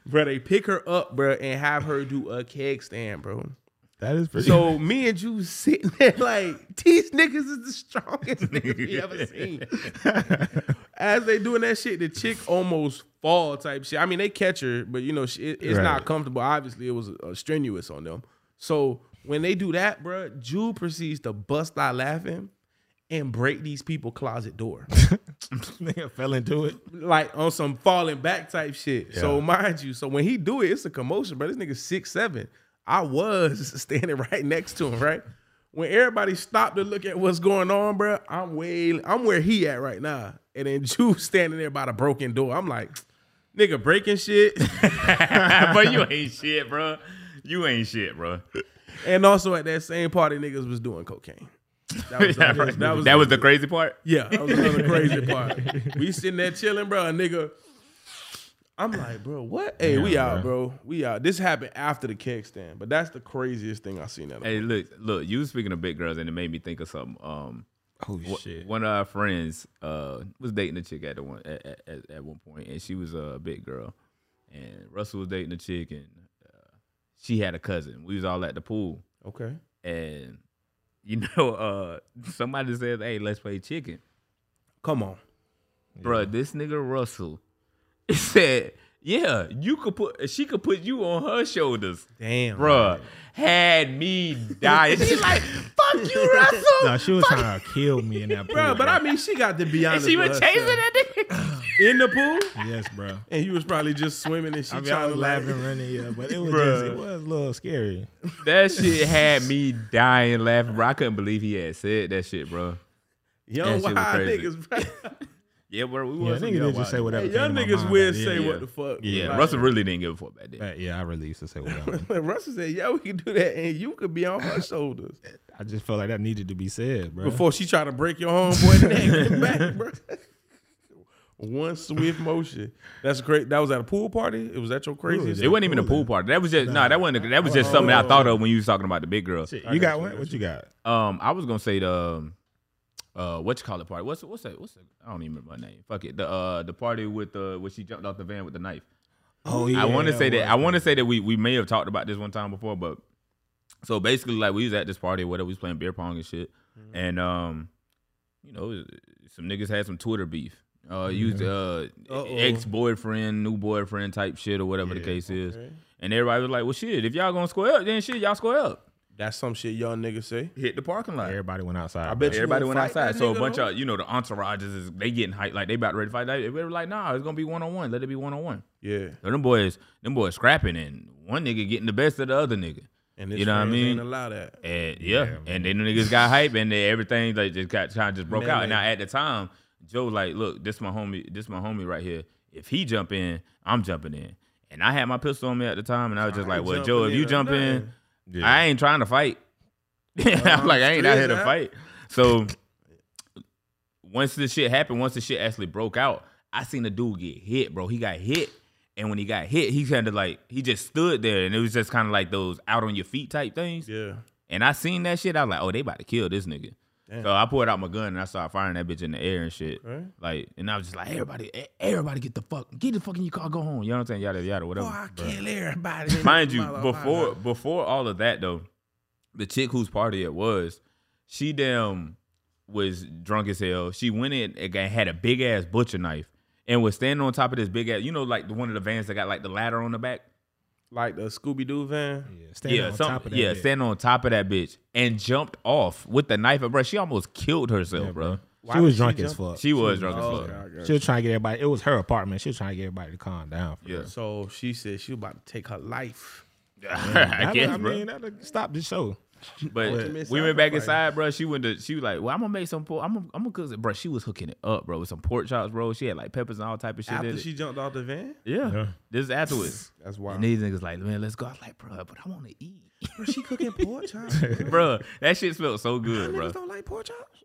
Speaker 2: Bro, they pick her up, bro, and have her do a keg stand, bro.
Speaker 3: That is pretty.
Speaker 2: So me and you sitting there like these niggas is the strongest niggas we ever seen. As they doing that shit, the chick almost fall type shit. I mean, they catch her, but you know, she, it- it's not
Speaker 3: Right.
Speaker 2: comfortable. Obviously, it was uh, strenuous on them. So when they do that, bruh, Jew proceeds to bust out laughing and break these people closet door
Speaker 3: nigga fell into it.
Speaker 2: like on some falling back type shit. So mind you, so when he do it, it's a commotion, bro. This nigga six seven. I was standing right next to him, right? When everybody stopped to look at what's going on, bro, I'm way I'm where he at right now. And then Jew standing there by the broken door. I'm like, nigga breaking shit.
Speaker 4: but you ain't shit, bro. You ain't shit, bro.
Speaker 2: and also at that same party, niggas was doing cocaine. That was, the
Speaker 4: That
Speaker 2: first-
Speaker 4: was,
Speaker 2: that was
Speaker 4: the crazy part.
Speaker 2: Yeah, that was another crazy part. We sitting there chilling, bro. A nigga, I'm like, bro, what? Hey, we out, bro. We out. This happened after the keg stand, but that's the craziest thing I seen. That
Speaker 4: Hey, look, look. You was speaking of big girls, and it made me think of something. Um,
Speaker 3: Oh
Speaker 4: wh- one of our friends uh was dating a chick at the one at, at- at, at one point, and she was a big girl, and Russell was dating a chick, and uh, she had a cousin. We was all at the pool,
Speaker 2: okay,
Speaker 4: and you know, uh, somebody says, "Hey, let's play chicken."
Speaker 2: come on.
Speaker 4: Bruh, This nigga Russell said, "Yeah, you could put. She could put you on her shoulders."
Speaker 2: Damn,
Speaker 4: Bruh, had me dying. She's like, "Fuck you, Russell."
Speaker 3: No, she was trying to kill me in that pool.
Speaker 2: Bro, but I mean, she got to be honest.
Speaker 4: and she
Speaker 2: with
Speaker 4: was
Speaker 2: herself.
Speaker 4: chasing that nigga.
Speaker 2: in the pool,
Speaker 3: yes, bro.
Speaker 2: and you was probably just swimming, and she
Speaker 3: I mean, I
Speaker 2: trying
Speaker 3: was
Speaker 2: to laugh.
Speaker 3: laughing, running, yeah, but it was
Speaker 2: Bruh.
Speaker 3: just, it was a little scary.
Speaker 4: That shit had me dying laughing, bro. I couldn't believe he had said that shit, bro.
Speaker 2: Young
Speaker 4: That shit was
Speaker 2: wild
Speaker 4: crazy.
Speaker 2: niggas, bro.
Speaker 4: Yeah, bro, we
Speaker 3: Yeah,
Speaker 4: was
Speaker 3: nigga did just say whatever.
Speaker 2: Hey,
Speaker 3: came to
Speaker 2: young
Speaker 3: my
Speaker 2: niggas
Speaker 3: mind,
Speaker 2: will
Speaker 3: but yeah,
Speaker 2: say
Speaker 3: yeah.
Speaker 2: what the fuck.
Speaker 4: Yeah,
Speaker 2: Like,
Speaker 4: Russell really didn't give a fuck back then.
Speaker 3: But yeah, I really used to say whatever.
Speaker 2: Russell said, "Yeah, we can do that, and you could be on her shoulders."
Speaker 3: I just felt like that needed to be said, bro.
Speaker 2: before she tried to break your homeboy neck and back, bro. One swift motion. That's great. That was at a pool party. It was at your craziest.
Speaker 4: It wasn't even a pool party. That was just no, that wasn't. a- that was just something I thought of when you was talking about the big girl.
Speaker 3: you got one? What you got?
Speaker 4: Um, I was gonna say the, um, uh, what you call it party? What's what's that? What's that? I don't even remember my name. Fuck it. The uh, the party with the where she jumped off the van with the knife.
Speaker 3: Oh,
Speaker 4: I want to say that I want to say that we we may have talked about this one time before, but so basically, like we was at this party, or whatever, we was playing beer pong and shit, and um, you know, some niggas had some Twitter beef. Uh, used uh ex boyfriend, new boyfriend type shit or whatever the case is, and everybody was like, "Well, shit, if y'all gonna square up, then shit, y'all square up,
Speaker 2: That's some shit y'all niggas say.
Speaker 4: hit the parking lot."
Speaker 3: Everybody went outside.
Speaker 2: I bet you
Speaker 4: Everybody
Speaker 2: won't
Speaker 4: went
Speaker 2: fight
Speaker 4: outside.
Speaker 2: that
Speaker 4: So a
Speaker 2: nigga,
Speaker 4: bunch
Speaker 2: though.
Speaker 4: of you know the entourages is they getting hyped like they about ready to fight. They were like, "Nah, it's gonna be one on one. Let it be one on one."
Speaker 2: yeah,
Speaker 4: So them boys, them boys scrapping, and one nigga getting the best of the other nigga.
Speaker 2: and this
Speaker 4: You know what I
Speaker 2: friends
Speaker 4: mean?
Speaker 2: Ain't allow that.
Speaker 4: And yeah, and then the niggas got hype, and then everything like just got kind of just broke out. And now at the time, Joe like, look, this my homie, this my homie right here. If he jump in, I'm jumping in. And I had my pistol on me at the time, and I was just like, well,
Speaker 2: jumping
Speaker 4: Joe, if
Speaker 2: in
Speaker 4: you
Speaker 2: or
Speaker 4: jump in,
Speaker 2: nothing.
Speaker 4: I ain't trying to fight. I'm like, I ain't out here to
Speaker 2: streets, huh?
Speaker 4: fight. So once this shit happened, once the shit actually broke out, I seen the dude get hit, bro. He got hit. And when he got hit, he kind of like, he just stood there and it was just kind of like those out on your feet type things.
Speaker 2: Yeah,
Speaker 4: And I seen that shit. I was like, oh, they about to kill this nigga. So I pulled out my gun and I started firing that bitch in the air and shit.
Speaker 2: Okay.
Speaker 4: Like, and I was just like, everybody, e- everybody get the fuck, get the fuck in your car, go home. You know what I'm saying? Yada, yada, whatever.
Speaker 2: kill everybody.
Speaker 4: Mind you, before before all of that though, the chick whose party it was, she damn was drunk as hell. She went in and got- had a big ass butcher knife and was standing on top of this big ass, you know, like the one of the vans that got like the ladder on the back.
Speaker 2: Like the Scooby Doo van.
Speaker 3: Yeah, standing
Speaker 4: yeah,
Speaker 3: on
Speaker 4: some-
Speaker 3: top of that.
Speaker 4: yeah,
Speaker 3: bitch.
Speaker 4: standing on top of that bitch and jumped off with the knife. Bro, she almost killed herself, bro.
Speaker 2: Why
Speaker 3: she
Speaker 2: did
Speaker 3: was drunk
Speaker 2: jump?
Speaker 3: as fuck.
Speaker 4: She was drunk as
Speaker 2: Oh,
Speaker 4: fuck.
Speaker 2: okay, I got
Speaker 3: She
Speaker 2: you.
Speaker 3: was trying to get everybody. It was her apartment. She was trying to get everybody to calm down. For
Speaker 4: Yeah,
Speaker 2: So she said she was about to take her life.
Speaker 4: I
Speaker 3: that.
Speaker 4: guess,
Speaker 3: I
Speaker 4: bro.
Speaker 3: mean, that'll stop the show.
Speaker 2: What?
Speaker 4: But
Speaker 2: Miss
Speaker 4: we went back
Speaker 2: Sacrifice.
Speaker 4: inside, bro. She went to. She was like, "Well, I'm gonna make some pork. I'm gonna, I'm gonna cook it, bro." She was hooking it up, bro, with some pork chops, bro. She had like peppers and all type of shit. in
Speaker 2: After
Speaker 4: it.
Speaker 2: she jumped off the van?
Speaker 4: yeah. this is afterwards.
Speaker 2: That's wild.
Speaker 4: And these niggas like, man, let's go. I was like, bro, but I want to eat,
Speaker 2: Bro, she cooking pork chops.
Speaker 4: bro. That shit smelled so good, bro.
Speaker 2: don't like pork chops.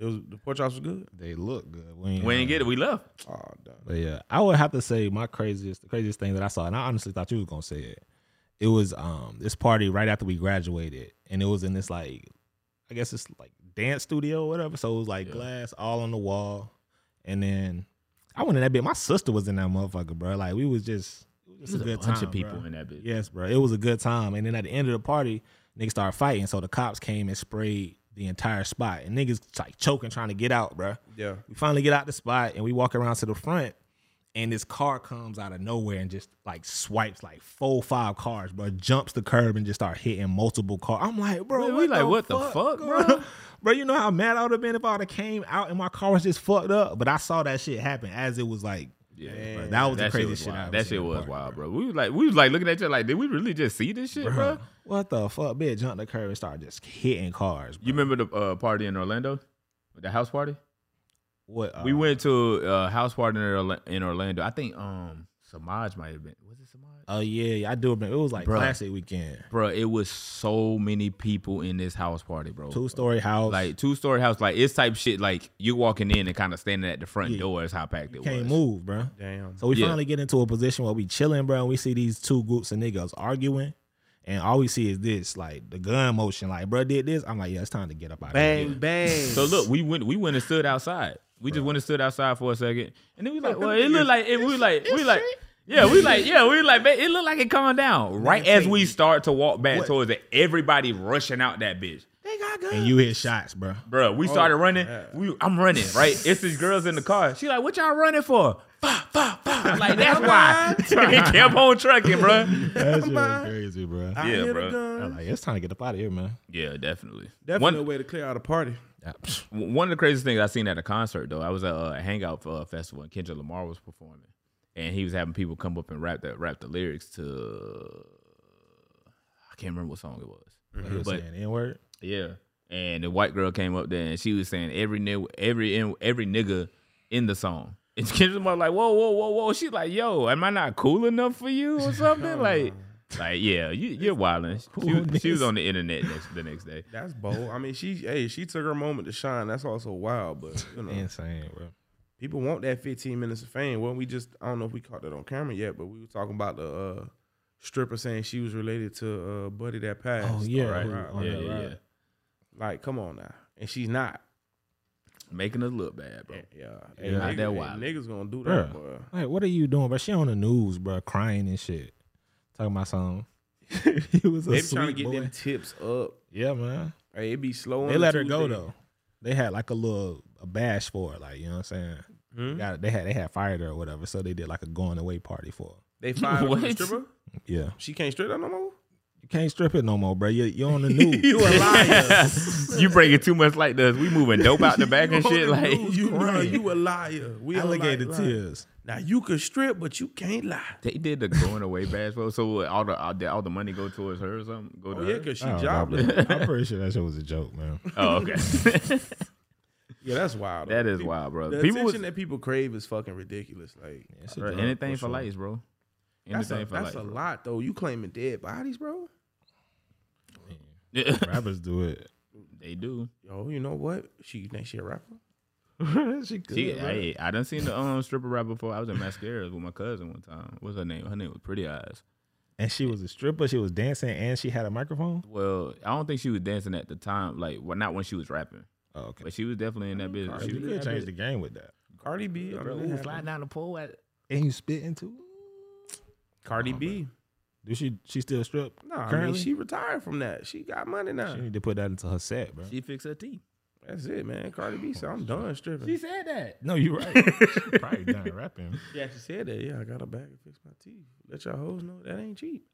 Speaker 2: It was the pork chops was good.
Speaker 3: They look good. We ain't,
Speaker 4: We ain't get it. We left.
Speaker 2: Oh, damn.
Speaker 3: But yeah, I would have to say my craziest, the craziest thing that I saw, and I honestly thought you was gonna say it. It was um this party right after we graduated, and it was in this like, I guess it's like dance studio or whatever. So it was like glass all on the wall, and then I went in that bit. My sister was in that motherfucker, bro. Like we was just, it was
Speaker 4: There's
Speaker 3: a good
Speaker 4: bunch
Speaker 3: time,
Speaker 4: of people
Speaker 3: bro.
Speaker 4: in that bitch.
Speaker 3: Yes, bro. It was a good time. And then at the end of the party, niggas started fighting. So the cops came and sprayed the entire spot. And niggas like choking, trying to get out, bro.
Speaker 2: Yeah.
Speaker 3: We finally get out the spot and we walk around to the front. And this car comes out of nowhere and just like swipes like four, five cars, bro. Jumps the curb and just start hitting multiple cars. I'm like, bro,
Speaker 4: We- we
Speaker 3: what
Speaker 4: like,
Speaker 3: the
Speaker 4: what the fuck, bro?
Speaker 3: bro, you know how mad I would have been if I would have came out and my car was just fucked up. But I saw that shit happen as it was like,
Speaker 4: Yeah.
Speaker 3: bro, that was the
Speaker 4: That shit
Speaker 3: craziest
Speaker 4: was
Speaker 3: shit. I
Speaker 4: wild.
Speaker 3: ever
Speaker 4: That
Speaker 3: seen
Speaker 4: shit
Speaker 3: in a
Speaker 4: was
Speaker 3: park,
Speaker 4: wild, bro. We was like, we was like looking at you like, did we really just see this shit, bro?
Speaker 3: What the fuck, bitch? Jumped the curb and started just hitting cars. Bro.
Speaker 4: You remember the uh, party in Orlando, the house party?
Speaker 3: what? uh,
Speaker 4: we went to a house party in, Orla- in Orlando. I think um Samaj might have been. Was it Samaj?
Speaker 3: Oh yeah, yeah, I do remember. It was like
Speaker 4: Bruh.
Speaker 3: classic weekend,
Speaker 4: Bro, it was so many people in this house party, bro.
Speaker 3: two story house.
Speaker 4: like two story house, like it's type shit. Like you walking in and kind of standing at the front
Speaker 3: Yeah.
Speaker 4: door is how packed it
Speaker 3: can't
Speaker 4: was.
Speaker 3: move, bro.
Speaker 2: Damn.
Speaker 3: So we
Speaker 4: Yeah.
Speaker 3: finally get into a position where we chilling, bro, and we see these two groups of niggas arguing, and all we see is this, like the gun motion. Like, bro, did this? I'm like, yeah, it's time to get up out of here.
Speaker 2: Bang, bang.
Speaker 4: So look, we went, we went and stood outside. We just went and stood outside for a second, and then we like, well, it looked like it. We like, we like. Yeah, we like, yeah, we like, man, it looked like it calmed down. Right as we start to walk back towards it, everybody rushing out that bitch.
Speaker 3: And you hit shots, bro.
Speaker 4: Bruh, we started running.
Speaker 2: man.
Speaker 4: We, I'm running, right? It's these girls in the car. She like, what y'all running for? Fa, fa, fa. I'm like, that's why. he kept on trucking, bro.
Speaker 3: That shit was crazy, bro.
Speaker 2: I
Speaker 4: yeah,
Speaker 2: hear the
Speaker 4: bro.
Speaker 2: gun.
Speaker 3: I'm like, it's time to get up out of here, man.
Speaker 4: Yeah, definitely.
Speaker 2: Definitely a
Speaker 4: One,
Speaker 2: way to clear out a party.
Speaker 3: Yeah, psh,
Speaker 4: one of the craziest things I seen at a concert, though, I was at a hangout for a festival and Kendrick Lamar was performing. And he was having people come up and rap that rap the lyrics to I can't remember what song it was.
Speaker 3: He was
Speaker 4: But-
Speaker 3: saying N word.
Speaker 4: Yeah. And the white girl came up there and she was saying every ni- every every nigga in the song. And Kendrick Lamar like, whoa, whoa, whoa, whoa. She's like, yo, am I not cool enough for you or something? like, like, yeah, you, you're wilding. She, she was on the internet next, the next day.
Speaker 2: That's bold. I mean, she hey, she took her moment to shine. That's also wild, but you know,
Speaker 3: Insane, bro.
Speaker 2: people want that 15 minutes of fame. Well, we just I don't know if we caught that on camera yet, but we were talking about the uh, stripper saying she was related to uh, Buddy that passed.
Speaker 3: Oh, yeah.
Speaker 2: Right,
Speaker 3: Who-
Speaker 2: right,
Speaker 3: oh,
Speaker 2: right,
Speaker 4: yeah, yeah,
Speaker 2: right.
Speaker 4: yeah.
Speaker 2: Like, come on now, and she's not.
Speaker 4: Making us look bad, bro.
Speaker 2: Yeah,
Speaker 3: Yeah.
Speaker 2: yeah.
Speaker 4: Not
Speaker 2: Niggas,
Speaker 4: that wild.
Speaker 2: niggas gonna do
Speaker 3: Bruh.
Speaker 2: that. Boy.
Speaker 3: Like, what are you doing, bro? She on the news, bro, crying and shit. Talking about something. he was a
Speaker 2: They be
Speaker 3: sweet
Speaker 2: trying to get
Speaker 3: boy.
Speaker 2: them tips up.
Speaker 3: Yeah, man.
Speaker 2: Hey, it be slow. on
Speaker 3: They
Speaker 2: the
Speaker 3: let her go
Speaker 2: Tuesday.
Speaker 3: though. They had like a little a bash for it, like you know what I'm saying.
Speaker 2: Hmm?
Speaker 3: Got they had they had fired her or whatever, so they did like a going away party for.
Speaker 2: They fired her from the
Speaker 4: What?
Speaker 2: stripper.
Speaker 3: Her. Yeah,
Speaker 2: She can't strip that no more.
Speaker 3: you can't strip it no more, bro. You you on the news.
Speaker 2: a liar.
Speaker 4: you bringing too much like this. We moving dope out the back and shit. Like,
Speaker 2: you know, you a liar. We don't
Speaker 3: Alligator
Speaker 2: like lying.
Speaker 3: tears.
Speaker 2: Now you can strip, but you can't lie.
Speaker 4: they did the going away bash, bro. So what, all the all the, all the money go towards her or something. Go to
Speaker 2: Oh yeah,
Speaker 4: her.
Speaker 2: cause she
Speaker 3: I don't know,
Speaker 2: jobless.
Speaker 3: bro. I'm pretty sure that shit was a joke, man.
Speaker 4: Oh, okay.
Speaker 2: Yeah, that's wild.
Speaker 4: that
Speaker 2: though.
Speaker 4: is
Speaker 2: People-
Speaker 4: wild, bro.
Speaker 2: The
Speaker 4: people
Speaker 2: attention
Speaker 4: was,
Speaker 2: that people crave is fucking ridiculous. Like
Speaker 3: It's a
Speaker 4: Bro,
Speaker 3: joke,
Speaker 4: anything for
Speaker 3: sure.
Speaker 4: lights, bro.
Speaker 2: that's
Speaker 4: Anything
Speaker 2: a,
Speaker 4: for
Speaker 2: that's
Speaker 4: lights.
Speaker 2: a
Speaker 4: bro.
Speaker 2: lot though. You claiming dead bodies, bro?
Speaker 3: Rappers do it.
Speaker 4: they do.
Speaker 2: Yo, you know what? She next year rapper.
Speaker 3: she good,
Speaker 4: She,
Speaker 3: bro.
Speaker 4: I, I done seen the um stripper rap before. I was in Mascaras with my cousin one time. What's her name? Her name was Pretty Eyes.
Speaker 3: and she was a stripper. She was dancing and she had a microphone.
Speaker 4: Well, I don't think she was dancing at the time. Like, well, not when she was rapping,
Speaker 3: Oh, okay.
Speaker 4: but she was definitely in that business. She
Speaker 3: you
Speaker 4: was
Speaker 3: could change the game with that.
Speaker 2: Cardi B. I mean,
Speaker 4: Ooh,
Speaker 2: that
Speaker 4: sliding
Speaker 2: happened.
Speaker 4: down the pole at
Speaker 3: And you spit into?
Speaker 2: Cardi B.
Speaker 3: Do she? She still strip?
Speaker 2: No, I mean
Speaker 3: currently?
Speaker 2: she retired from that. She got money now.
Speaker 3: She need to put that into her set, bro.
Speaker 4: she fixed her teeth.
Speaker 2: That's it, man. Cardi B said, "I'm done stripping."
Speaker 3: She said that. No, you're right. She probably done rapping.
Speaker 2: She actually said that. Yeah, I got a bag and fix my teeth. Let y'all hoes know that ain't cheap.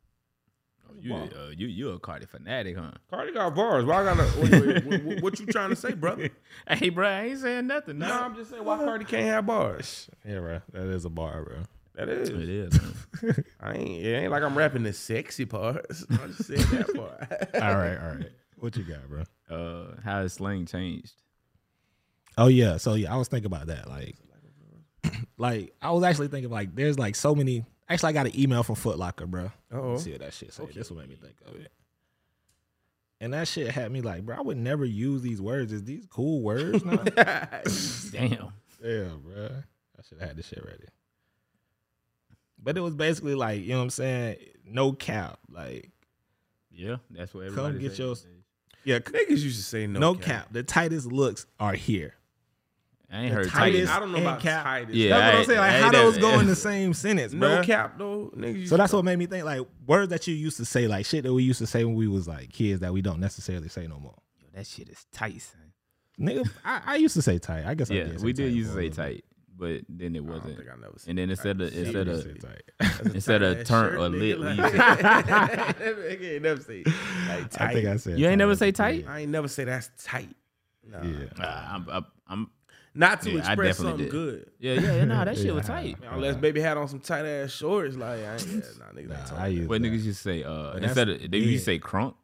Speaker 4: Oh, you, uh, you, you a Cardi fanatic, huh?
Speaker 2: Cardi got bars. Why I gotta? wait, wait, wait, what, what you trying to say, brother?
Speaker 4: Hey, bro, I ain't saying nothing.
Speaker 2: No, I'm just saying why Cardi can't have bars.
Speaker 3: Yeah, bro. That is a bar, bro.
Speaker 2: That is.
Speaker 4: It is. man.
Speaker 2: I ain't. It ain't like I'm rapping the sexy parts. I just said that part.
Speaker 3: All right, all right. What you got, bro?
Speaker 4: uh, how has slang changed?
Speaker 3: Oh yeah, so yeah, I was thinking about that. Like, like I was actually thinking like there's like so many. Actually, I got an email from Foot Locker, bro.
Speaker 2: Oh,
Speaker 3: See what that shit say. This what made me think of it. And that shit had me like, bro, I would never use these words. Is these cool words? Now?
Speaker 4: Damn.
Speaker 3: Yeah, bro. I should have had this shit ready. But it was basically like, you know what I'm saying? No cap. Like,
Speaker 4: Yeah, that's what
Speaker 3: Come
Speaker 4: everybody.
Speaker 3: get
Speaker 4: say.
Speaker 3: yours. yeah, c-
Speaker 2: niggas used to say no.
Speaker 3: no, cap. The tightest looks are here.
Speaker 4: I ain't
Speaker 3: The
Speaker 4: heard
Speaker 2: I,
Speaker 4: Titus.
Speaker 3: tightest-
Speaker 2: mean, I don't know
Speaker 3: and
Speaker 2: about
Speaker 3: cap.
Speaker 2: Titus.
Speaker 4: Yeah.
Speaker 3: That's what I'm
Speaker 4: I-
Speaker 3: saying. Like,
Speaker 4: I
Speaker 3: how
Speaker 4: ain't
Speaker 3: those
Speaker 4: that-
Speaker 3: go in the same sentence,
Speaker 2: No
Speaker 3: bro?
Speaker 2: cap though, niggas. Used
Speaker 3: So
Speaker 2: to-
Speaker 3: that's what made me think, like, words that you used to say, like shit that we used to say when we was like kids that we don't necessarily say no more.
Speaker 4: Yo, that shit is tight, son.
Speaker 3: Nigga, I, I used to say tight. I guess I
Speaker 4: Yeah,
Speaker 3: did say
Speaker 4: we did
Speaker 3: tight
Speaker 4: used
Speaker 3: for
Speaker 4: to say
Speaker 3: a little bit.
Speaker 4: tight, but then it
Speaker 2: I don't
Speaker 4: wasn't.
Speaker 2: think I never said
Speaker 4: And then instead of
Speaker 2: Titus.
Speaker 3: Yeah,
Speaker 4: instead
Speaker 3: we
Speaker 4: of
Speaker 3: used to say tight.
Speaker 4: instead of
Speaker 2: Tight-ass
Speaker 4: turn
Speaker 2: shirt,
Speaker 4: or
Speaker 2: nigga,
Speaker 4: lit, we
Speaker 2: like-
Speaker 4: used to-
Speaker 2: Nigga ain't never say like tight.
Speaker 3: I think I said
Speaker 4: you ain't
Speaker 3: tight
Speaker 4: never
Speaker 3: as a
Speaker 4: say
Speaker 3: kid.
Speaker 4: tight.
Speaker 2: I ain't never say that's tight. Nah.
Speaker 3: Yeah.
Speaker 4: Nah, I'm, I'm, I'm
Speaker 2: Not to
Speaker 4: Yeah, I
Speaker 2: express
Speaker 4: definitely
Speaker 2: something
Speaker 4: did.
Speaker 2: good.
Speaker 4: yeah, yeah, yeah, nah, that shit was
Speaker 3: Yeah.
Speaker 4: tight.
Speaker 2: Man, unless baby had on some tight ass shorts, like I ain't, yeah, nah, nigga,
Speaker 3: Nah,
Speaker 2: ain't
Speaker 3: I
Speaker 2: talking.
Speaker 3: used
Speaker 4: What
Speaker 3: that.
Speaker 4: niggas used to say? Uh,
Speaker 3: that's-
Speaker 4: instead of they used to say crunk.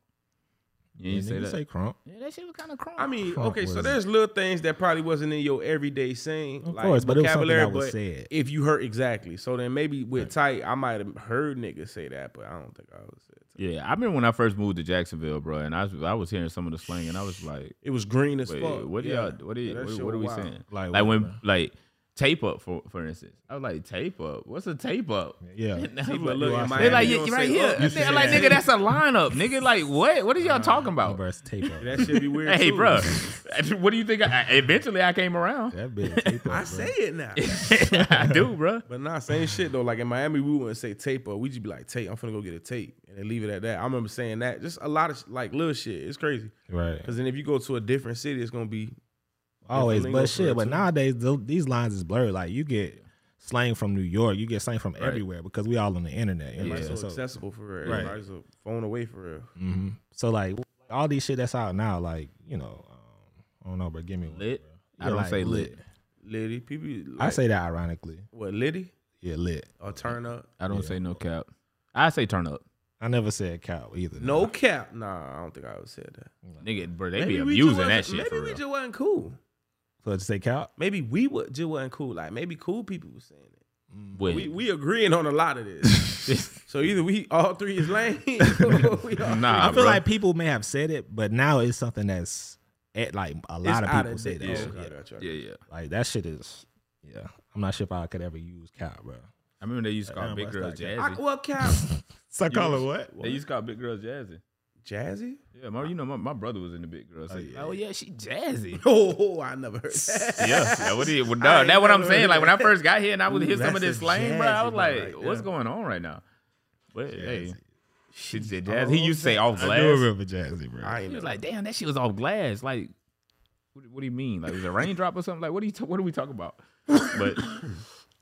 Speaker 3: Yeah,
Speaker 4: You used to say
Speaker 3: niggas
Speaker 4: that.
Speaker 3: say crump.
Speaker 4: yeah, that shit was kind of crunk.
Speaker 2: I mean,
Speaker 3: Fuck
Speaker 2: okay, so
Speaker 3: was
Speaker 2: there's little things that probably wasn't in your everyday saying,
Speaker 3: Of
Speaker 2: like
Speaker 3: course, but it was something
Speaker 2: vocabulary.
Speaker 3: that was
Speaker 2: but
Speaker 3: said.
Speaker 2: if you heard exactly, so then maybe with tight, I might have heard niggas say that, but I don't think I was.
Speaker 4: yeah, I remember when I first moved to Jacksonville, bro, and I was, I was hearing some of the slang, and I was like,
Speaker 2: It was green as
Speaker 4: Wait,
Speaker 2: fuck.
Speaker 4: what
Speaker 2: yeah.
Speaker 4: y'all? What are,
Speaker 2: Yeah, that
Speaker 4: what,
Speaker 2: shit
Speaker 4: what are we
Speaker 2: wild.
Speaker 4: saying?
Speaker 3: Like
Speaker 4: Like,
Speaker 3: what,
Speaker 4: when
Speaker 3: bro?
Speaker 4: like tape up for for instance. I was like tape up. What's a tape up?
Speaker 3: Yeah.
Speaker 4: They
Speaker 2: But look, in
Speaker 4: They
Speaker 2: Miami,
Speaker 4: like
Speaker 2: you
Speaker 4: yeah,
Speaker 2: don't
Speaker 4: right
Speaker 2: say,
Speaker 4: here.
Speaker 2: "Oh."
Speaker 4: They like nigga, that's a lineup. Nigga, like what? What are y'all talking
Speaker 3: Oh,
Speaker 4: about?
Speaker 3: bro, it's tape up.
Speaker 2: That should be weird.
Speaker 4: Hey,
Speaker 2: too.
Speaker 4: bro. what do you think? I, eventually, I came around.
Speaker 3: That bitch tape up.
Speaker 2: I
Speaker 3: bro.
Speaker 2: say it now.
Speaker 4: I do, bro.
Speaker 2: But nah, same shit though. Like in Miami, we wouldn't say tape up. We just be like tape. I'm finna go get a tape, and then leave it at that. I remember saying that. Just a lot of sh- like little shit. It's crazy.
Speaker 3: Right.
Speaker 2: Cause then if you go to a different city, it's gonna be
Speaker 3: Always,
Speaker 2: lingo
Speaker 3: but
Speaker 2: for
Speaker 3: shit.
Speaker 2: it,
Speaker 3: But
Speaker 2: too.
Speaker 3: nowadays, th- these lines is blurred. Like you get slang from New York, you get slang from everywhere because we all on the internet. you know,
Speaker 2: like,
Speaker 3: like,
Speaker 2: so,
Speaker 3: so,
Speaker 2: accessible for real.
Speaker 3: Right.
Speaker 2: Everybody's a phone away for real.
Speaker 4: Mm.
Speaker 3: mhm. So, like all these shit that's out now, like you know, um, I don't know, but give me one,
Speaker 4: Lit?
Speaker 3: bro.
Speaker 4: I don't say lit.
Speaker 2: Liddy, people.
Speaker 3: I
Speaker 2: like-
Speaker 3: say that ironically.
Speaker 2: what Liddy
Speaker 3: Yeah, lit.
Speaker 2: or turn up.
Speaker 4: I don't say no cap. I say turn up,
Speaker 3: I never said cow either.
Speaker 2: No cap. Nah, I don't think I would say that.
Speaker 4: nigga. Bro, they be
Speaker 2: Maybe we just
Speaker 4: abusing that
Speaker 2: wasn't-
Speaker 4: shit
Speaker 2: Maybe
Speaker 4: for
Speaker 2: we
Speaker 4: real.
Speaker 2: just wasn't cool.
Speaker 3: So to say cow.
Speaker 2: Maybe we would just wasn't cool. Like maybe cool people was saying it.
Speaker 4: Wait.
Speaker 2: We we agreeing on a lot of this. so either we all three is lame. or we all
Speaker 4: nah,
Speaker 3: I feel
Speaker 4: bro.
Speaker 3: like people may have said it, but now it's something that's at like a
Speaker 2: It's
Speaker 3: lot of
Speaker 2: out
Speaker 3: people say that.
Speaker 2: date.
Speaker 3: shit.
Speaker 2: Okay, gotcha.
Speaker 4: yeah, yeah.
Speaker 3: Like that shit is. Yeah, I'm not sure if I could ever use cow, bro.
Speaker 4: I remember they used to
Speaker 3: Nah,
Speaker 4: call big
Speaker 3: bro,
Speaker 4: girl
Speaker 3: it's not
Speaker 2: I,
Speaker 4: jazzy.
Speaker 2: well, Cap,
Speaker 3: So I call it what?
Speaker 4: They used to call big girl jazzy.
Speaker 2: Jazzy?
Speaker 4: Yeah, my, you know my, my brother was in the big girl. scene. oh yeah, she jazzy.
Speaker 2: Oh, I never heard that.
Speaker 4: yeah, that what he, well,
Speaker 2: I
Speaker 4: no,
Speaker 2: ain't
Speaker 4: that what I'm
Speaker 2: never
Speaker 4: saying.
Speaker 2: heard
Speaker 4: Like when I
Speaker 2: that.
Speaker 4: first got here and I would
Speaker 2: Ooh,
Speaker 4: hear some of
Speaker 2: that's
Speaker 4: this
Speaker 2: a
Speaker 4: slang, bro, I
Speaker 2: jazzy
Speaker 4: was
Speaker 2: one
Speaker 4: like,
Speaker 2: right
Speaker 4: what's
Speaker 2: there.
Speaker 4: going on right now? But hey, she said
Speaker 2: all
Speaker 4: jazz. He used to say off glass.
Speaker 3: remember Jazzy, bro.
Speaker 2: I
Speaker 4: He
Speaker 2: ain't
Speaker 4: was
Speaker 2: never.
Speaker 4: like, damn, that shit was off glass. Like, what, what do you mean? Like, it was a raindrop or something? Like, what do you ta- what are we talking about? But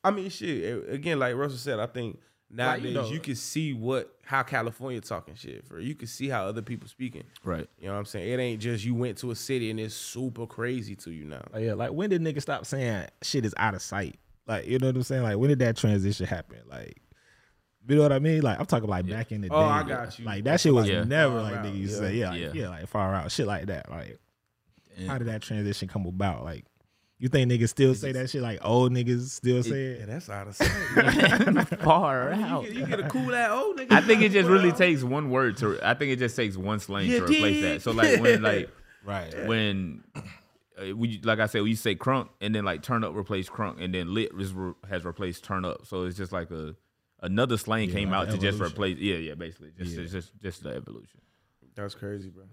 Speaker 2: I mean, shit. Again, like Russell said, I think nowadays you,
Speaker 3: know-
Speaker 2: can see what how California talking shit. For you can see how other people speaking.
Speaker 4: right,
Speaker 2: You know what I'm saying? It ain't just you went to a city and it's super crazy to you now.
Speaker 3: Like, Oh, yeah, like when did niggas stop saying shit is out of sight? Like, you know what I'm saying? Like, when did that transition happen? Like, you know what I mean? Like, I'm talking like back in the
Speaker 2: Oh,
Speaker 3: day.
Speaker 2: I got you.
Speaker 3: Like that shit was
Speaker 4: Yeah.
Speaker 3: never
Speaker 2: Far
Speaker 3: like
Speaker 2: out.
Speaker 3: niggas used to
Speaker 2: Yeah.
Speaker 3: say, yeah, like, yeah,
Speaker 4: Yeah.
Speaker 3: like far out, shit like that. Like,
Speaker 4: Yeah.
Speaker 3: how did that transition come about? Like, you think niggas still say that shit? Like old niggas still say
Speaker 2: Yeah,
Speaker 3: it?
Speaker 2: that's out of sight. man.
Speaker 4: far
Speaker 2: you,
Speaker 4: out.
Speaker 2: get, you get a cool ass old nigga.
Speaker 4: I think it just
Speaker 2: Well,
Speaker 4: really takes one word to. I think it just takes one slang
Speaker 2: Yeah,
Speaker 4: to replace
Speaker 2: dig.
Speaker 4: that. So like when like
Speaker 3: Right.
Speaker 4: when uh, we like I said we say crunk and then like turn up replaced crunk and then lit is, re- has replaced turn up. So it's just like a another slang came out
Speaker 3: like
Speaker 4: to just
Speaker 3: evolution.
Speaker 4: replace. Yeah, yeah, basically just it's just just the evolution.
Speaker 2: That's crazy, bro.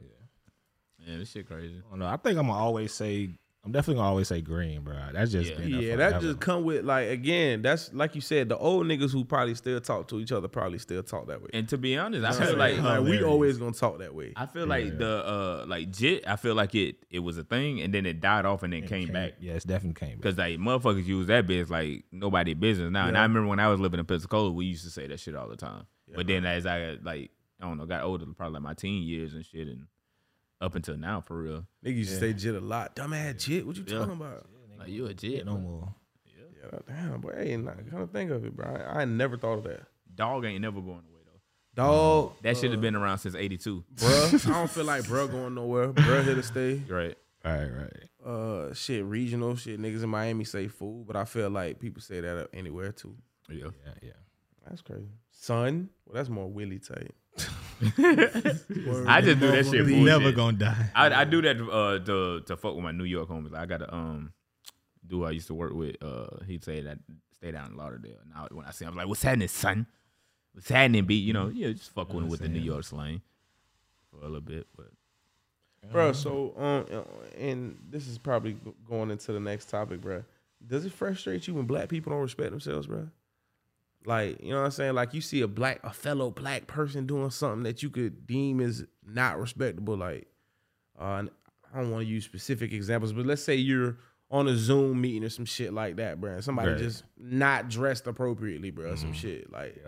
Speaker 4: Yeah, this shit crazy.
Speaker 3: I don't know. I think I'm gonna always say I'm definitely gonna always say green, bro. That's just
Speaker 4: Yeah.
Speaker 3: been there
Speaker 2: Yeah, that
Speaker 3: forever.
Speaker 2: just come with like again. That's like you said, the old niggas who probably still talk to each other probably still talk that way.
Speaker 4: And to be honest, I feel like
Speaker 2: like we
Speaker 6: hilarious.
Speaker 2: always gonna talk that way.
Speaker 4: I feel like the uh like JIT, I feel like it it was a thing and then it died off and then came, back.
Speaker 3: Yeah, it's definitely came back.
Speaker 4: Cause like motherfuckers use that bitch like nobody business now. And I remember when I was living in Pensacola, we used to say that shit all the time. but then as I got, like I don't know, got older, probably like my teen years and shit, and up until now for real.
Speaker 2: Nigga used to say jit a lot. Dumbass jit. What you talking about?
Speaker 4: Like you a
Speaker 3: Yeah,
Speaker 4: JIT,
Speaker 3: no more.
Speaker 2: Yeah, that- damn, boy. Hey, nah, come to think of it, bro. I, I ain't never thought of that.
Speaker 4: dog ain't never going away though.
Speaker 2: Dog,
Speaker 4: That shit has been around since '82,
Speaker 2: bruh. I don't feel like bruh going nowhere. Bruh here to stay.
Speaker 4: right?
Speaker 3: Right, right.
Speaker 2: Uh, shit, regional shit. Niggas in Miami say food, but I feel like people say that anywhere too.
Speaker 4: Yeah.
Speaker 3: Yeah, yeah.
Speaker 2: That's crazy. Son, well, that's more Willie type.
Speaker 4: I just do that shit. Bullshit.
Speaker 6: Never gonna die.
Speaker 4: I, I do that uh, to to fuck with my New York homies. I got a um dude I used to work with. Uh, he'd say that stay down in Lauderdale. And I, when I see him, I'm like, "What's happening, son? What's happening, B? You know, yeah, just fuck with him with the New York slang for a little bit." But
Speaker 2: bro. So, um, and this is probably g- going into the next topic, bro. Does it frustrate you when black people don't respect themselves, bro? Like, you know what I'm saying? Like, you see a black, a fellow black person doing something that you could deem as not respectable. Like, uh, and I don't want to use specific examples, but let's say you're on a Zoom meeting or some shit like that, bro. And somebody
Speaker 3: Right.
Speaker 2: just not dressed appropriately, bro. Some shit like,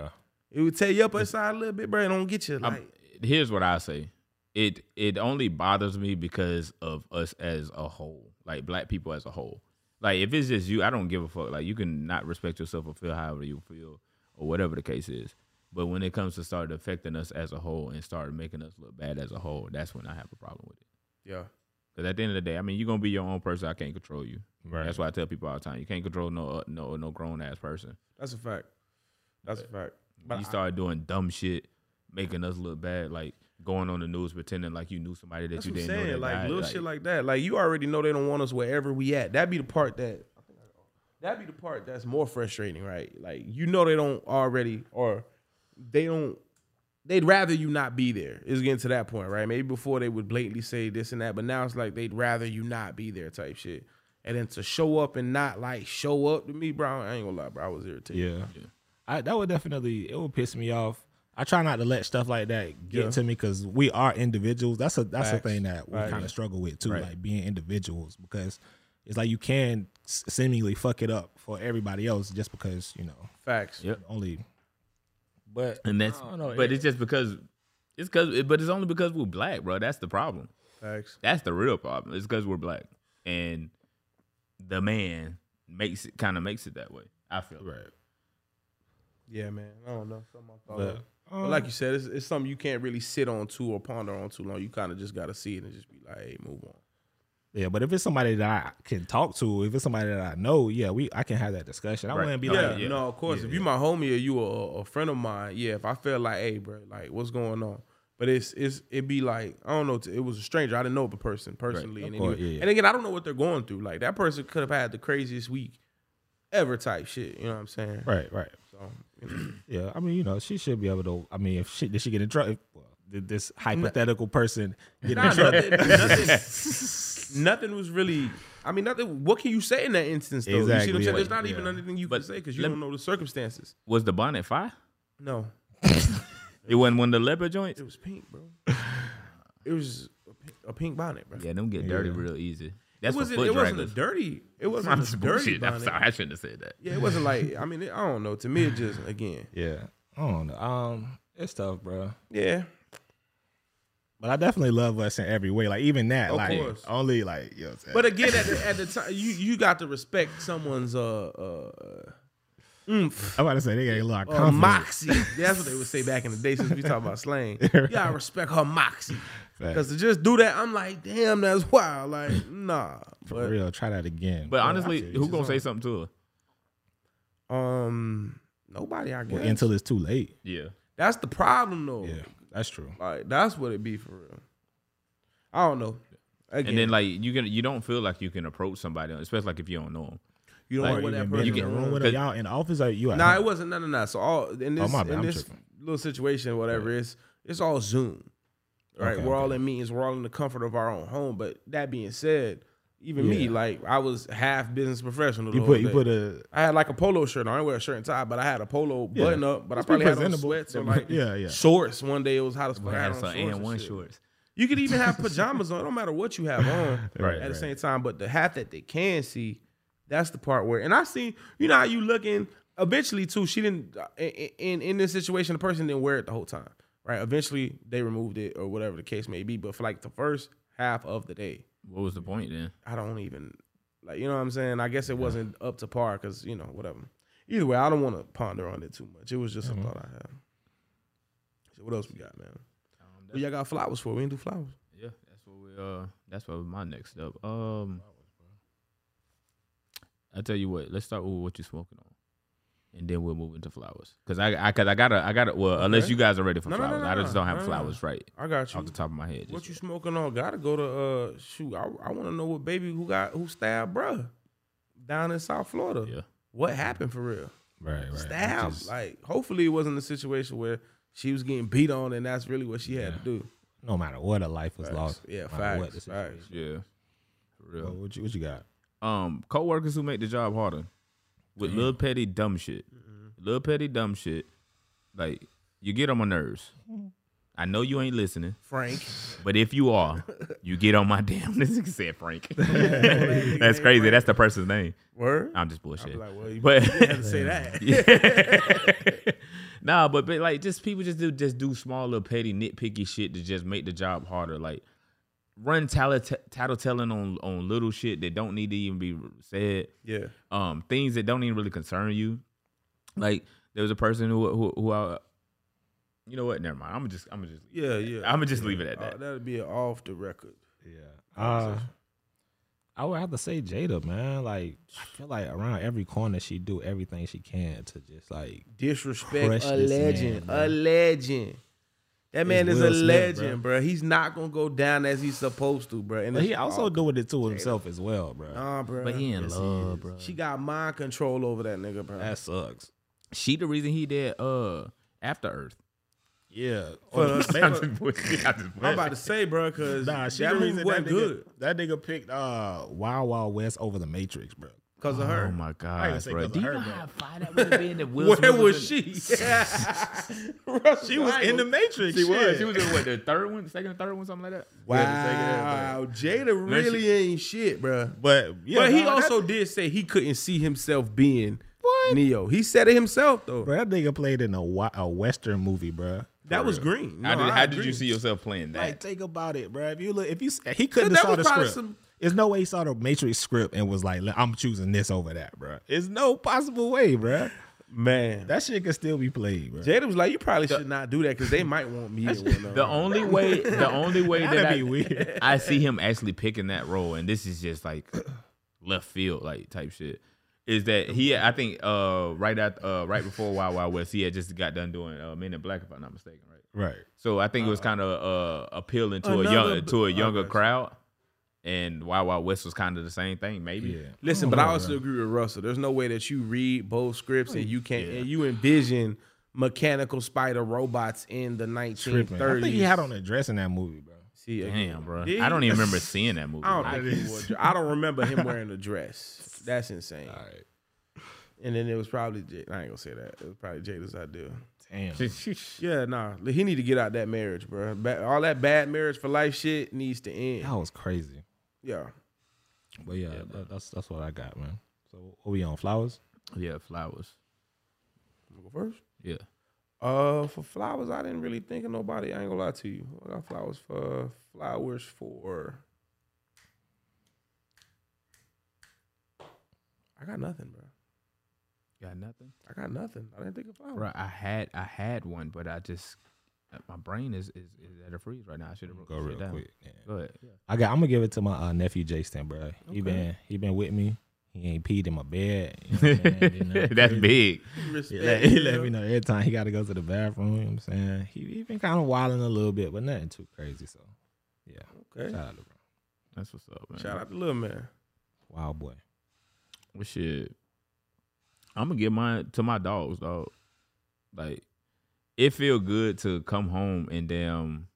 Speaker 2: it would tear you up inside a little bit, bro. It don't get you like.
Speaker 4: I'm- here's what I say: it it only bothers me because of us as a whole, like black people as a whole. Like if it's just you, I don't give a fuck. Like you can not respect yourself or feel however you feel or whatever the case is. But when it comes to start affecting us as a whole and start making us look bad as a whole, that's when I have a problem with it.
Speaker 2: yeah.
Speaker 4: Because at the end of the day, I mean, you're gonna be your own person. I can't control you.
Speaker 3: Right.
Speaker 4: That's why I tell people all the time: you can't control no uh, no no grown ass person.
Speaker 2: That's a fact. That's a fact. But
Speaker 4: you
Speaker 2: I-
Speaker 4: started doing dumb shit, making us look bad, like going on the news pretending like you knew somebody that
Speaker 2: that's
Speaker 4: you
Speaker 2: what I'm
Speaker 4: didn't know.
Speaker 2: saying.
Speaker 4: that
Speaker 2: Like
Speaker 4: died,
Speaker 2: little shit like that. Like you already know they don't want us wherever we at. That'd be the part that that'd be the part that's more frustrating, right? Like you know they don't already or they don't they'd rather you not be there. It's getting to that point, right? Maybe before they would blatantly say this and that, but now it's like they'd rather you not be there type shit. And then to show up and not like show up to me, bro, I ain't gonna lie, bro. I was irritated.
Speaker 3: Yeah. I, that would definitely it would piss me off. I try not to let stuff like that get
Speaker 2: Yeah.
Speaker 3: to me because we are individuals. That's a that's
Speaker 2: Facts.
Speaker 3: a thing that we
Speaker 2: Right.
Speaker 3: kind of struggle with too, like being individuals because it's like you can s- seemingly fuck it up for everybody else just because you know
Speaker 2: Facts.
Speaker 4: Yep.
Speaker 3: only. But
Speaker 4: and that's
Speaker 2: Oh,
Speaker 3: I don't know,
Speaker 4: but
Speaker 3: it-
Speaker 4: it's just because it's because but it's only because we're black, bro. That's the problem.
Speaker 2: Facts.
Speaker 4: That's the real problem. It's because we're black, and the man makes it kind of makes it that way. I feel right.
Speaker 2: Yeah, man. I don't know. Something I thought
Speaker 3: But,
Speaker 2: of. But um, like you said, it's, it's something you can't really sit on too or ponder on too long. You kind of just got to see it and just be like, hey, move on.
Speaker 3: yeah, but if it's somebody that I can talk to, if it's somebody that I know, yeah, we I can have that discussion. I
Speaker 4: Right.
Speaker 3: wouldn't be
Speaker 4: Yeah.
Speaker 3: like,
Speaker 2: Yeah, no, of course. if you my homie or you a, a friend of mine, yeah. If I feel like, hey, bro, like what's going on? But it's it's it be like I don't know. It was a stranger. I didn't know the person personally, and,
Speaker 3: course,
Speaker 2: anyway-
Speaker 3: yeah, yeah.
Speaker 2: and again, I don't know what they're going through. Like that person could have had the craziest week ever, type shit. You know what I'm saying?
Speaker 3: right, right.
Speaker 2: So, you know.
Speaker 3: Yeah, I mean, you know, she should be able to. I mean, if she did she get in trouble? if- Well, did this hypothetical person get in
Speaker 2: Nah,
Speaker 3: trouble?
Speaker 2: nothing, nothing, nothing was really. I mean, nothing. What can you say in that instance, though? you see what I'm
Speaker 3: Exactly,
Speaker 2: saying?
Speaker 3: yeah.
Speaker 2: There's not even anything you
Speaker 4: But
Speaker 2: can say because you
Speaker 4: lem-
Speaker 2: don't know the circumstances.
Speaker 4: Was the bonnet fire?
Speaker 2: No,
Speaker 4: It wasn't one of the leopard joints.
Speaker 2: it was pink, bro. it was a pink, a pink bonnet, bro.
Speaker 4: Yeah, them get dirty real easy. That's
Speaker 2: it wasn't.
Speaker 4: for foot
Speaker 2: It wasn't a
Speaker 4: draggers.
Speaker 2: dirty. It wasn't
Speaker 4: I'm
Speaker 2: a
Speaker 4: just
Speaker 2: dirty
Speaker 4: bullshit. I'm
Speaker 2: bonnet.
Speaker 4: sorry. I shouldn't have said that.
Speaker 2: Yeah, it wasn't like. I mean, it, I don't know. To me, it just again.
Speaker 3: Yeah, I don't know. Um, it's tough, bro.
Speaker 2: Yeah,
Speaker 3: But I definitely love us in every way. Like even that, like
Speaker 2: course.
Speaker 3: only like you know. What I'm
Speaker 2: but
Speaker 3: saying?
Speaker 2: again, at the, at the time, you you got to respect someone's uh uh. oomph.
Speaker 3: I'm about to say they got a lot of
Speaker 2: Uh,
Speaker 3: confidence.
Speaker 2: moxie. That's what they would say back in the day since we talk about slang. You gotta respect her moxie.
Speaker 3: Fact.
Speaker 2: Because to just do that, I'm like, damn, that's wild. Like, nah.
Speaker 3: For
Speaker 2: But
Speaker 3: real, try that again.
Speaker 4: But
Speaker 3: Yeah, I
Speaker 4: honestly,
Speaker 3: feel you.
Speaker 4: who gonna say something to her?
Speaker 2: um nobody I guess.
Speaker 3: until it's too late?
Speaker 4: Yeah.
Speaker 2: that's the problem though.
Speaker 3: Yeah, that's true.
Speaker 2: Like that's what it be for real. I don't know. Again,
Speaker 4: And then like you can you don't feel like you can approach somebody, especially like if you don't know them.
Speaker 2: you don't
Speaker 4: like,
Speaker 2: know what
Speaker 3: Been
Speaker 2: that person
Speaker 4: you
Speaker 3: in
Speaker 4: get-
Speaker 3: the room
Speaker 2: doing.
Speaker 3: with
Speaker 4: 'cause-
Speaker 3: y'all in the office, or you? at
Speaker 2: Nah,
Speaker 3: home?
Speaker 2: it wasn't no, no, no. So all in this,
Speaker 3: Oh, my bad.
Speaker 2: in
Speaker 3: I'm
Speaker 2: this
Speaker 3: tripping.
Speaker 2: little situation, whatever it's it's all Zoom, right?
Speaker 3: Okay,
Speaker 2: we're
Speaker 3: okay.
Speaker 2: all in meetings. We're all in the comfort of our own home. But that being said, Even me,
Speaker 3: Yeah.
Speaker 2: like I was half business professional. the
Speaker 3: You
Speaker 2: whole
Speaker 3: put you
Speaker 2: day.
Speaker 3: put a
Speaker 2: I had like a polo shirt. on. I didn't wear a shirt and tie, but I had a polo
Speaker 3: Yeah.
Speaker 2: button up. But
Speaker 3: It's
Speaker 2: I probably had
Speaker 3: pretty
Speaker 2: on
Speaker 3: presentable.
Speaker 2: sweats or like
Speaker 3: Yeah, yeah.
Speaker 2: shorts. One day it was hot as fuck.
Speaker 4: But
Speaker 2: I had
Speaker 4: had
Speaker 2: on
Speaker 4: some
Speaker 2: shorts
Speaker 4: and
Speaker 2: and
Speaker 4: one
Speaker 2: shit.
Speaker 4: shorts.
Speaker 2: You could even have pajamas on. It don't matter what you have on
Speaker 3: Right,
Speaker 2: at
Speaker 3: right.
Speaker 2: the same time. But the hat that they can see, that's the part where. And I see, you know how you looking. Eventually, too, she didn't. uh, In in, in this situation, the person didn't wear it the whole time, right? Eventually, they removed it or whatever the case may be. But for like the first half of the day,
Speaker 4: What was the point then?
Speaker 2: I don't even like. You know what I'm saying? I guess it wasn't up to par because you know whatever. Either way, I don't want to ponder on it too much. It was just
Speaker 3: Mm-hmm.
Speaker 2: a thought I had. So what else we got, man? Well, y'all got flowers for? We didn't do flowers.
Speaker 4: Yeah, that's what we uh that's what my next step. Um I tell you what, let's start with what you smoking on. And then we'll move into flowers. Cause I, I cause I gotta I gotta well unless
Speaker 2: Okay.
Speaker 4: you guys are ready for
Speaker 2: No, no, no,
Speaker 4: flowers.
Speaker 2: no,
Speaker 4: I just
Speaker 2: no.
Speaker 4: don't have
Speaker 2: No, no, no.
Speaker 4: flowers right
Speaker 2: I got you.
Speaker 4: off the top of my head.
Speaker 2: What
Speaker 4: just
Speaker 2: you
Speaker 4: yet.
Speaker 2: smoking on? Gotta go to uh shoot. I, I want to know what baby who got who stabbed bruh down in South Florida.
Speaker 4: Yeah.
Speaker 2: What happened for real?
Speaker 3: right, right.
Speaker 2: Stabbed.
Speaker 3: Which is-
Speaker 2: Like hopefully it wasn't a situation where she was getting beat on and that's really what she had to do.
Speaker 3: no matter what, a life was
Speaker 2: Facts.
Speaker 3: lost.
Speaker 2: Yeah,
Speaker 3: no matter what the
Speaker 2: facts. Facts.
Speaker 3: situation.
Speaker 4: Yeah. For
Speaker 3: Well,
Speaker 4: real.
Speaker 3: What you, what you got?
Speaker 4: Um co-workers who make the job harder. With little petty dumb shit.
Speaker 2: Mm-hmm.
Speaker 4: Little petty dumb shit. Like, you get on my nerves. I know you ain't listening.
Speaker 2: Frank.
Speaker 4: But if you are, you get on my damn. This nigga said Frank. That's crazy. That's the person's name.
Speaker 2: Word.
Speaker 4: I'm just
Speaker 2: I'm
Speaker 4: bullshit.
Speaker 2: like, well, you
Speaker 4: But
Speaker 2: had to say that.
Speaker 4: nah, but, but like just people just do just do small little petty nitpicky shit to just make the job harder. Like run tattle tattletelling on on little shit that don't need to even be said
Speaker 2: Yeah.
Speaker 4: um things that don't even really concern you. Like there was a person who who who I you know what? Never mind. I'm just I'm just
Speaker 2: Yeah. Yeah.
Speaker 4: I'm gonna just leave it at that.
Speaker 2: Uh, that'd be an off the record.
Speaker 3: Yeah. Uh, I would have to say Jada, man. Like I feel like around every corner she do everything she can to just like
Speaker 2: disrespect
Speaker 3: Crush
Speaker 2: a
Speaker 3: this man,
Speaker 2: legend,
Speaker 3: bro.
Speaker 2: a legend. That man
Speaker 3: It's
Speaker 2: is
Speaker 3: Will
Speaker 2: a
Speaker 3: Smith,
Speaker 2: legend, bro. He's not gonna go down as he's supposed to, bro. And
Speaker 3: But
Speaker 2: it's
Speaker 3: he also
Speaker 2: all-
Speaker 3: doing it to himself as well, bro.
Speaker 2: nah, bro.
Speaker 4: But he in love, bro.
Speaker 2: she got mind control over that nigga, bro.
Speaker 3: That sucks.
Speaker 4: She the reason he did uh After Earth.
Speaker 3: Yeah.
Speaker 2: But, uh,
Speaker 4: I'm just bullshit. I'm just
Speaker 2: I'm
Speaker 4: bullshit.
Speaker 2: about to say, bro, because
Speaker 3: nah, she
Speaker 2: that
Speaker 3: the
Speaker 2: movie
Speaker 3: reason that
Speaker 2: wasn't
Speaker 3: nigga,
Speaker 2: good
Speaker 3: That nigga picked uh Wild Wild West over the Matrix, bro.
Speaker 2: because of
Speaker 4: Oh
Speaker 2: her.
Speaker 4: my
Speaker 3: I ain't
Speaker 4: god,
Speaker 3: say
Speaker 4: bro.
Speaker 3: 'cause
Speaker 4: Do
Speaker 3: of
Speaker 4: you
Speaker 3: her,
Speaker 4: know
Speaker 3: bro.
Speaker 4: how fine that would have been if Will
Speaker 2: Where
Speaker 4: Smith
Speaker 2: was
Speaker 4: in-
Speaker 2: she? she was
Speaker 3: Matrix.
Speaker 4: She was. She was in what the third one, second, or third one, something like that.
Speaker 2: Wow, Jada
Speaker 4: she-
Speaker 2: really ain't shit, bro.
Speaker 3: But yeah,
Speaker 2: but he
Speaker 3: nah,
Speaker 2: also did say he couldn't see himself being Neo. He said it himself though.
Speaker 3: that, bro, that nigga played in a, wa- a western movie, bro.
Speaker 2: That was green.
Speaker 4: how
Speaker 2: No,
Speaker 4: did,
Speaker 2: I
Speaker 4: how did
Speaker 2: agree.
Speaker 4: you see yourself playing that?
Speaker 3: Like, think about it, bro. If you look, if you he couldn't have
Speaker 2: That
Speaker 3: saw
Speaker 2: was
Speaker 3: the
Speaker 2: probably
Speaker 3: script.
Speaker 2: some-
Speaker 3: There's no way he saw the Matrix script and was like, "I'm choosing this over that, bro." There's no possible way, bro.
Speaker 2: Man,
Speaker 3: That shit could still be played, bro.
Speaker 2: Jada was like, "You probably should not do that because they might want me." in one of
Speaker 4: The
Speaker 2: them."
Speaker 4: only way, the only way that
Speaker 3: That'd
Speaker 4: I,
Speaker 3: be weird.
Speaker 4: I see him actually picking that role, and this is just like left field, like type shit, is that he? I think uh, right at uh, right before Wild Wild West, he had just got done doing uh, Men in Black, if I'm not mistaken, right?
Speaker 3: Right.
Speaker 4: So I think it was kind of uh, appealing to a
Speaker 2: Another
Speaker 4: young
Speaker 2: b-
Speaker 4: to a younger
Speaker 2: okay.
Speaker 4: crowd, and Wild Wild West was kind of the same thing, maybe.
Speaker 3: Yeah.
Speaker 2: Listen, but I also agree with Russell. There's no way that you read both scripts and you can't and you envision mechanical spider robots in the 1930s.
Speaker 3: Tripping. I think he had on a dress in that movie, bro.
Speaker 2: See, again,
Speaker 4: Damn, bro.
Speaker 2: Did
Speaker 4: I don't
Speaker 2: he?
Speaker 4: even remember seeing that movie.
Speaker 2: I don't,
Speaker 4: I-
Speaker 2: think he wore a dre- I don't remember him wearing a dress. That's insane.
Speaker 3: right.
Speaker 2: And then it was probably J- I ain't gonna say that. It was probably Jada's idea.
Speaker 3: Damn.
Speaker 2: Yeah, nah. He need to get out that marriage, bro. Ba- all that bad marriage for life shit needs to end.
Speaker 3: That was crazy.
Speaker 2: Yeah.
Speaker 3: But yeah, that, that's that's what I got, man. So what we on flowers?
Speaker 4: yeah, flowers.
Speaker 2: Go first.
Speaker 4: Yeah.
Speaker 2: Uh, for flowers, I didn't really think of nobody. I ain't gonna lie to you. I got flowers for flowers for. I got nothing, bro.
Speaker 4: Got nothing.
Speaker 2: I got nothing. I didn't think of flowers.
Speaker 4: Bro, I had I had one, but I just uh, my brain is is, is at a freeze right now. I should have
Speaker 3: Go real quick. Yeah.
Speaker 4: Go ahead.
Speaker 3: I got. I'm gonna give it to my uh, nephew Jason, bro. He been he been with me. He ain't peed in my bed. You know what I'm saying? You know,
Speaker 4: That's big.
Speaker 3: He let, he let me know every time he got to go to the bathroom. You know what I'm saying? He, he been kind of wilding a little bit, but nothing too crazy. So, yeah.
Speaker 2: Okay.
Speaker 3: Shout out to bro.
Speaker 4: That's what's up, man.
Speaker 2: Shout out to little man.
Speaker 3: Wild boy.
Speaker 4: Well, shit. I'm gonna give mine to my dogs, dog. Like, it feel good to come home and damn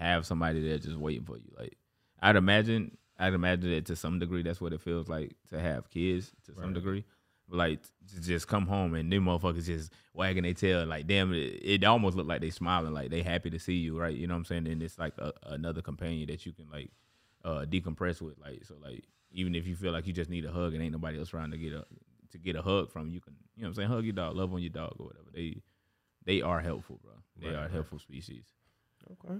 Speaker 4: have somebody there just waiting for you. Like, I'd imagine I'd imagine that to some degree that's what it feels like to have kids to some degree. Like to just come home and them motherfuckers just wagging their tail, like damn, it, it almost look like they smiling, like they happy to see you, right? You know what I'm saying? And it's like a, another companion that you can like uh, decompress with, like so, like even if you feel like you just need a hug and ain't nobody else around to get a to get a hug from, you can, you know what I'm saying? Hug your dog, love on your dog or whatever. They they are helpful, bro. They are helpful species.
Speaker 2: Okay.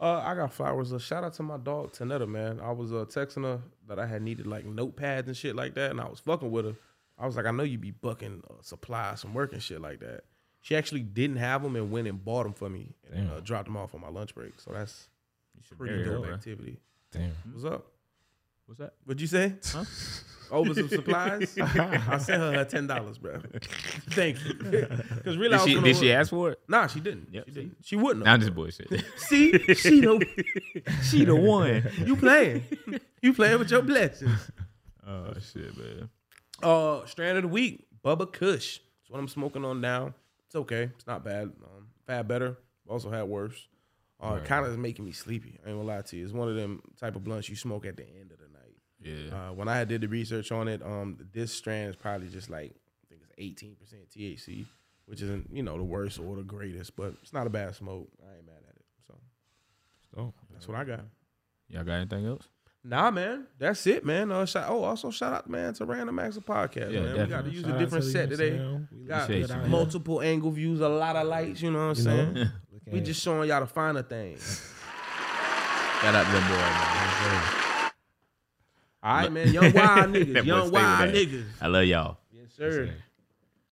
Speaker 2: Uh, I got flowers. Uh, shout out to my dog Tanetta, man. I was uh, texting her that I had needed like notepads and shit like that, and I was fucking with her. I was like, I know you be bucking uh, supplies from work and shit like that. She actually didn't have them and went and bought them for me and uh, dropped them off on my lunch break. So that's
Speaker 4: You should
Speaker 2: pretty
Speaker 4: marry her,
Speaker 2: dope
Speaker 4: bro.
Speaker 2: activity.
Speaker 3: Damn.
Speaker 2: What's up?
Speaker 4: What's that?
Speaker 2: What'd you say?
Speaker 4: Huh?
Speaker 2: Over some supplies? I sent her her ten dollars, bro. Thank you. Because really, I
Speaker 4: Did
Speaker 2: was
Speaker 4: she,
Speaker 2: gonna
Speaker 4: did she
Speaker 2: work-
Speaker 4: ask for it?
Speaker 2: Nah, she didn't.
Speaker 4: Yep,
Speaker 2: she
Speaker 4: see?
Speaker 2: didn't. She wouldn't.
Speaker 4: Nah, I'm
Speaker 2: have.
Speaker 4: just bullshit.
Speaker 2: See, she the she the one. You playing? You playing with your blessings?
Speaker 4: oh shit, man.
Speaker 2: Uh, strand of the week, Bubba Kush. That's what I'm smoking on now. It's okay. It's not bad. Um, I've had better. Also had worse. Uh, kind of is making me sleepy. I ain't gonna lie to you. It's one of them type of blunts you smoke at the end of the night.
Speaker 4: Yeah.
Speaker 2: Uh, when I had did the research on it, um, this strand is probably just like I think it's eighteen percent THC, which isn't you know the worst or the greatest, but it's not a bad smoke. I ain't mad at it. So
Speaker 3: Oh,
Speaker 2: that's what I got.
Speaker 4: Y'all got anything else?
Speaker 2: Nah, man, that's it, man. Uh, shout, oh, also shout out, man, to Random Acts of Podcast,
Speaker 4: Yeah,
Speaker 2: man. We got
Speaker 4: definitely.
Speaker 2: to use
Speaker 3: Shout
Speaker 2: a
Speaker 3: out
Speaker 2: different
Speaker 3: to the
Speaker 2: set today.
Speaker 3: USL. We
Speaker 2: Got
Speaker 4: appreciate you, man.
Speaker 2: multiple angle views, a lot of lights. You know what I'm
Speaker 3: You
Speaker 2: saying?
Speaker 3: know,
Speaker 2: We just showing y'all the finer things.
Speaker 4: Shout out to them boy, man.
Speaker 2: All right, man. Young wild
Speaker 4: That
Speaker 2: niggas,
Speaker 4: boy
Speaker 2: young
Speaker 4: stay with
Speaker 2: wild
Speaker 4: that.
Speaker 2: niggas.
Speaker 4: I love y'all.
Speaker 2: Yes, sir.